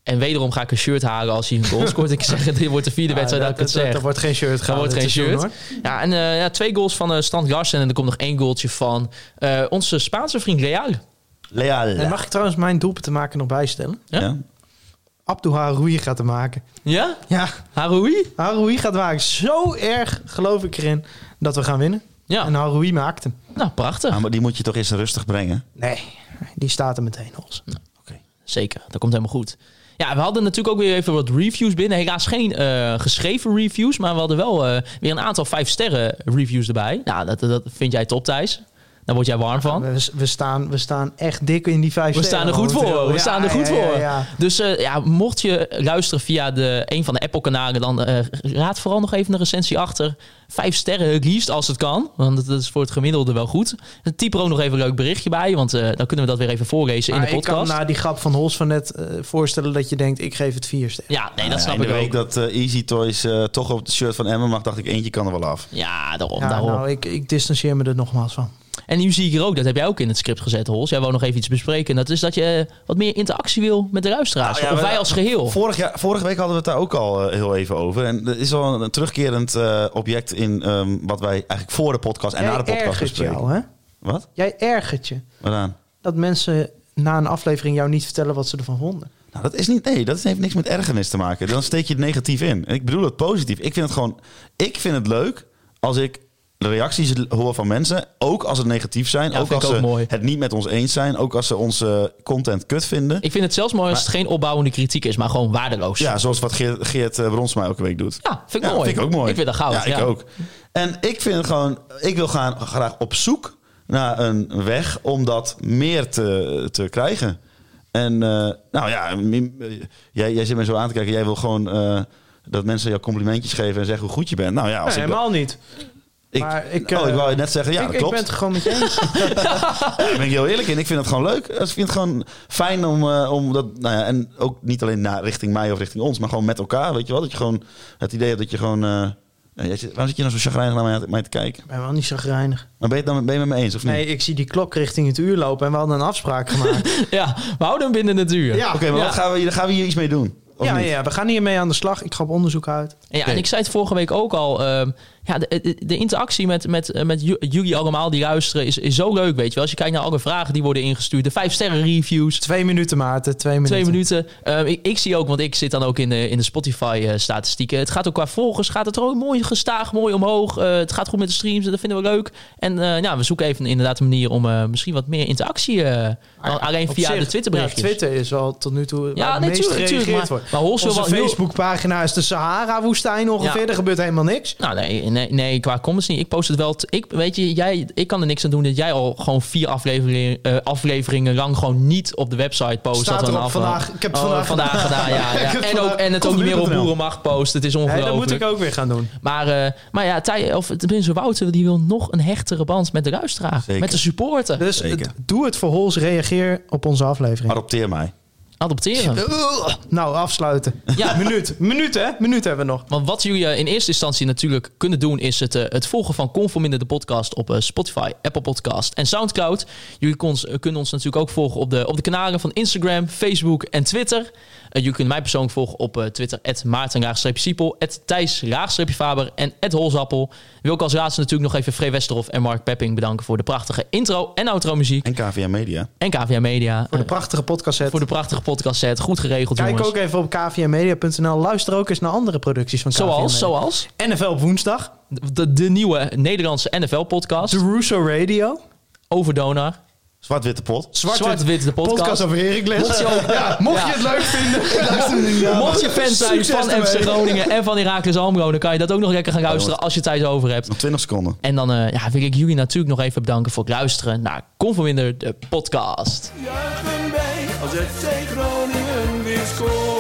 Speaker 4: En wederom ga ik een shirt halen als hij een goal scoort. ik zeg, dit wordt de vierde
Speaker 6: Ah,
Speaker 4: wedstrijd dat, ik het zeg.
Speaker 6: Er wordt geen shirt
Speaker 4: Dan
Speaker 6: gehaald.
Speaker 4: wordt geen
Speaker 6: dit seizoen,
Speaker 4: shirt. Ja, en eh, ja, twee goals van eh Stand Garsen. En er komt nog één goaltje van eh, onze Spaanse vriend Real.
Speaker 5: Leal.
Speaker 6: hoor. En mag ik trouwens mijn doelpunt te maken nog bijstellen?
Speaker 4: Ja?
Speaker 5: Ja.
Speaker 6: Abdou Haroui gaat hem maken.
Speaker 4: Ja?
Speaker 6: Ja,
Speaker 4: Haroui?
Speaker 6: Haroui gaat maken. Zo erg geloof ik erin dat we gaan winnen.
Speaker 4: Ja,
Speaker 6: En Haroui maakt hem.
Speaker 4: nou prachtig.
Speaker 5: Ah, maar die moet je toch eens rustig brengen.
Speaker 6: Nee, die staat er meteen als.
Speaker 4: Zeker, dat komt helemaal goed. Ja, we hadden natuurlijk ook weer even wat reviews binnen. Helaas geen eh, geschreven reviews, maar we hadden wel eh, weer een aantal vijf sterren reviews erbij. Nou, dat, dat vind jij top, Thijs. Daar word jij warm van.
Speaker 6: We, we, staan, we staan echt dik in die vijf
Speaker 4: We
Speaker 6: sterren
Speaker 4: staan er goed
Speaker 6: momenteel.
Speaker 4: voor. We
Speaker 6: Ja,
Speaker 4: staan er goed
Speaker 6: ja, ja,
Speaker 4: voor.
Speaker 6: ja.
Speaker 4: Dus eh, ja, mocht je luisteren via de, een van de Apple-kanalen, dan eh, raad vooral nog even een recensie achter. Vijf sterren het liefst als het kan, want dat is voor het gemiddelde wel goed. Typ er ook nog even een leuk berichtje bij, want eh, dan kunnen we dat weer even voorlezen in
Speaker 6: Maar
Speaker 4: de podcast.
Speaker 6: Ik kan na die grap van Hols van net eh, voorstellen dat je denkt, ik geef het vier sterren.
Speaker 4: Ja, nee,
Speaker 5: Nou
Speaker 4: dat
Speaker 5: ja,
Speaker 4: snap
Speaker 5: in de
Speaker 4: ik
Speaker 5: week
Speaker 4: ook.
Speaker 5: dat eh, Easy Toys eh, toch op het shirt van Emmen mag, dacht ik, eentje kan er wel af.
Speaker 4: Ja, daarom,
Speaker 6: Ja,
Speaker 4: daarom.
Speaker 6: nou, ik, ik distancieer me er nogmaals van.
Speaker 4: En nu zie ik hier ook, dat heb jij ook in het script gezet, Hols. Jij wou nog even iets bespreken. En dat is dat je eh, wat meer interactie wil met de luisteraars.
Speaker 5: Nou ja,
Speaker 4: of
Speaker 5: we-
Speaker 4: wij als geheel.
Speaker 5: Vorig jaar, vorige week hadden we het daar ook al eh, heel even over. En er is al een, een terugkerend eh, object in ehm, wat wij eigenlijk voor de podcast en
Speaker 6: Jij
Speaker 5: na de podcast
Speaker 6: ergert
Speaker 5: bespreken.
Speaker 6: jou, hè?
Speaker 5: Wat?
Speaker 6: Jij ergert je.
Speaker 5: Waaraan?
Speaker 6: Dat mensen na een aflevering jou niet vertellen wat ze ervan vonden.
Speaker 5: Nou, dat is niet. Nee, dat heeft niks met ergernis te maken. Dan steek je het negatief in. En ik bedoel het positief. Ik vind het gewoon. Ik vind het leuk als ik de reacties hoor van mensen. Ook als het negatief zijn.
Speaker 4: Ja,
Speaker 5: ook
Speaker 4: vind
Speaker 5: als
Speaker 4: ik
Speaker 5: ze
Speaker 4: ook mooi.
Speaker 5: het niet met ons eens zijn. Ook als ze onze content kut vinden.
Speaker 4: Ik vind het zelfs mooi als het geen opbouwende kritiek is, maar gewoon waardeloos.
Speaker 5: Ja, zoals wat Geert, Geert eh, Bronsma elke week doet.
Speaker 4: Ja, vind ik mooi.
Speaker 5: vind ik ook mooi.
Speaker 4: Ik vind dat goud,
Speaker 5: Ja, ik
Speaker 4: ja.
Speaker 5: ook. En ik vind het gewoon... Ik wil gaan, graag op zoek naar een weg om dat meer te, te krijgen. En eh, nou ja, Mim, eh, jij, jij zit me zo aan te kijken. Jij wil gewoon eh, dat mensen jou complimentjes geven en zeggen hoe goed je bent. Nou ja, als ik... dat-
Speaker 6: niet.
Speaker 5: Ik,
Speaker 6: maar ik,
Speaker 5: oh,
Speaker 6: eh,
Speaker 5: ik wou net zeggen, ja,
Speaker 6: ik,
Speaker 5: dat
Speaker 6: ik
Speaker 5: klopt.
Speaker 6: ben het gewoon met je eens.
Speaker 5: Daar ben ik heel eerlijk in. Ik vind het gewoon leuk. Ik vind het gewoon fijn om, eh, om dat... Nou ja, en ook niet alleen naar, richting mij of richting ons, maar gewoon met elkaar. Weet je wel? Dat je gewoon het idee hebt dat je gewoon... eh, ja, jij zit- waarom zit je nou zo chagrijnig naar mij, mij te kijken?
Speaker 6: Ik ben wel niet zo reinig.
Speaker 5: Maar ben je het dan ben je het met me eens of niet?
Speaker 6: Nee, ik zie die klok richting het uur lopen en we hadden een afspraak gemaakt.
Speaker 4: Ja, we houden hem binnen het uur.
Speaker 5: Oké, maar
Speaker 4: Ja.
Speaker 5: Wat gaan, we, hier- gaan we hier iets mee doen? Of
Speaker 6: ja,
Speaker 5: niet?
Speaker 6: ja, we gaan hiermee aan de slag. Ik ga op onderzoek uit.
Speaker 4: En, ja, en ik zei het vorige week ook al. ehm, ja, de, de- de interactie met, met, eh, met ju- jullie allemaal die luisteren is, is zo leuk, weet je wel. Als je kijkt naar alle vragen die worden ingestuurd. De vijf sterren reviews.
Speaker 6: Twee minuten, Maarten. Twee minuten.
Speaker 4: Twee minuten. Ehm, ik, ik zie ook, want ik zit dan ook in de, in de Spotify-statistieken. het gaat ook qua volgers, gaat het er ook mooi gestaag, mooi omhoog. Eh, het gaat goed met de streams, dat vinden we leuk. En eh, ja, we zoeken even inderdaad een manier om eh, misschien wat meer interactie... eh, dan alleen
Speaker 6: Ah, Op
Speaker 4: via
Speaker 6: zich,
Speaker 4: de Twitterberichtjes.
Speaker 6: Ja, Twitter is wel tot nu toe
Speaker 4: Ja,
Speaker 6: ja, het
Speaker 4: nee,
Speaker 6: meest
Speaker 4: tuurlijk,
Speaker 6: gereageerd
Speaker 4: tuurlijk, maar-
Speaker 6: wordt.
Speaker 4: maar Hols wil
Speaker 6: Onze
Speaker 4: wel heel-
Speaker 6: Facebookpagina is de Sahara-woestijn ongeveer.
Speaker 4: Ja.
Speaker 6: Er gebeurt helemaal niks.
Speaker 4: Nou, nee, nee, nee, qua comments niet. Ik post het wel. t- Ik, weet je, jij, ik kan er niks aan doen dat jij al gewoon vier afleveringen, eh, afleveringen lang gewoon niet op de website post.
Speaker 6: Staat
Speaker 4: dat we
Speaker 6: erop
Speaker 4: een afle-
Speaker 6: vandaag. Ik heb het
Speaker 4: Oh,
Speaker 6: vandaag
Speaker 4: gedaan. ja,
Speaker 6: Ik
Speaker 4: ja.
Speaker 6: heb
Speaker 4: En,
Speaker 6: het
Speaker 4: ook,
Speaker 6: vandaag-
Speaker 4: en het ook
Speaker 6: Komt
Speaker 4: niet meer op
Speaker 6: nu.nl.
Speaker 4: Boerenmacht post. Het is
Speaker 6: Hey,
Speaker 4: ongelooflijk.
Speaker 6: dat moet ik ook weer gaan doen.
Speaker 4: Maar, eh, maar ja, Thij, of tenminste Wouter, die wil nog een hechtere band met de luisteraar.
Speaker 5: Zeker.
Speaker 4: Met de supporter.
Speaker 6: Dus
Speaker 5: Zeker.
Speaker 6: d- doe het voor Hols. Reageer op onze aflevering.
Speaker 5: Adopteer mij.
Speaker 4: Adopteren.
Speaker 6: Nou, afsluiten.
Speaker 4: Ja.
Speaker 6: Minuut. Minuut, hè? Minuut hebben we nog.
Speaker 4: Want wat jullie eh, in eerste instantie natuurlijk kunnen doen... is het, eh, het volgen van Conforminder de podcast op eh, Spotify, Apple Podcast en Soundcloud. Jullie kon- eh, kunnen ons natuurlijk ook volgen op de, op de kanalen van Instagram, Facebook en Twitter. Eh, jullie kunnen mij persoonlijk volgen op eh, Twitter... at maarten-siepel, thijs-faber en holzappel. Wil ik als laatste natuurlijk nog even Free Westerhof en Mark Pepping bedanken... voor de prachtige intro en outro muziek.
Speaker 5: En KVM Media.
Speaker 4: En KVA Media
Speaker 6: Voor de
Speaker 4: eh,
Speaker 6: prachtige podcast set.
Speaker 4: voor de prachtige podcast set. Goed geregeld,
Speaker 6: Kijk
Speaker 4: jongens.
Speaker 6: ook even op kvmedia.nl. Luister ook eens naar andere producties van KVM.
Speaker 4: zoals, zoals...
Speaker 6: NFL op woensdag.
Speaker 4: De, de nieuwe Nederlandse
Speaker 6: De
Speaker 4: NFL-podcast
Speaker 6: Russo Radio.
Speaker 4: over Donar.
Speaker 5: Zwart-witte pot.
Speaker 4: Zwart-wit, de podcast.
Speaker 6: over Heracles.
Speaker 4: Mocht je ook-
Speaker 6: mocht
Speaker 4: Ja.
Speaker 6: je het leuk vinden, luister nu naar.
Speaker 4: Mocht je fan zijn
Speaker 6: Succes
Speaker 4: van
Speaker 6: ermee.
Speaker 4: FC Groningen en van Heracles Almelo, dan kan je dat ook nog lekker gaan luisteren als je het tijd over hebt.
Speaker 5: Nog 20 seconden.
Speaker 4: En dan eh, ja, wil ik jullie natuurlijk nog even bedanken voor het luisteren naar Conforminder, de podcast.
Speaker 1: Juichen wij als FC Groningen weer scoort.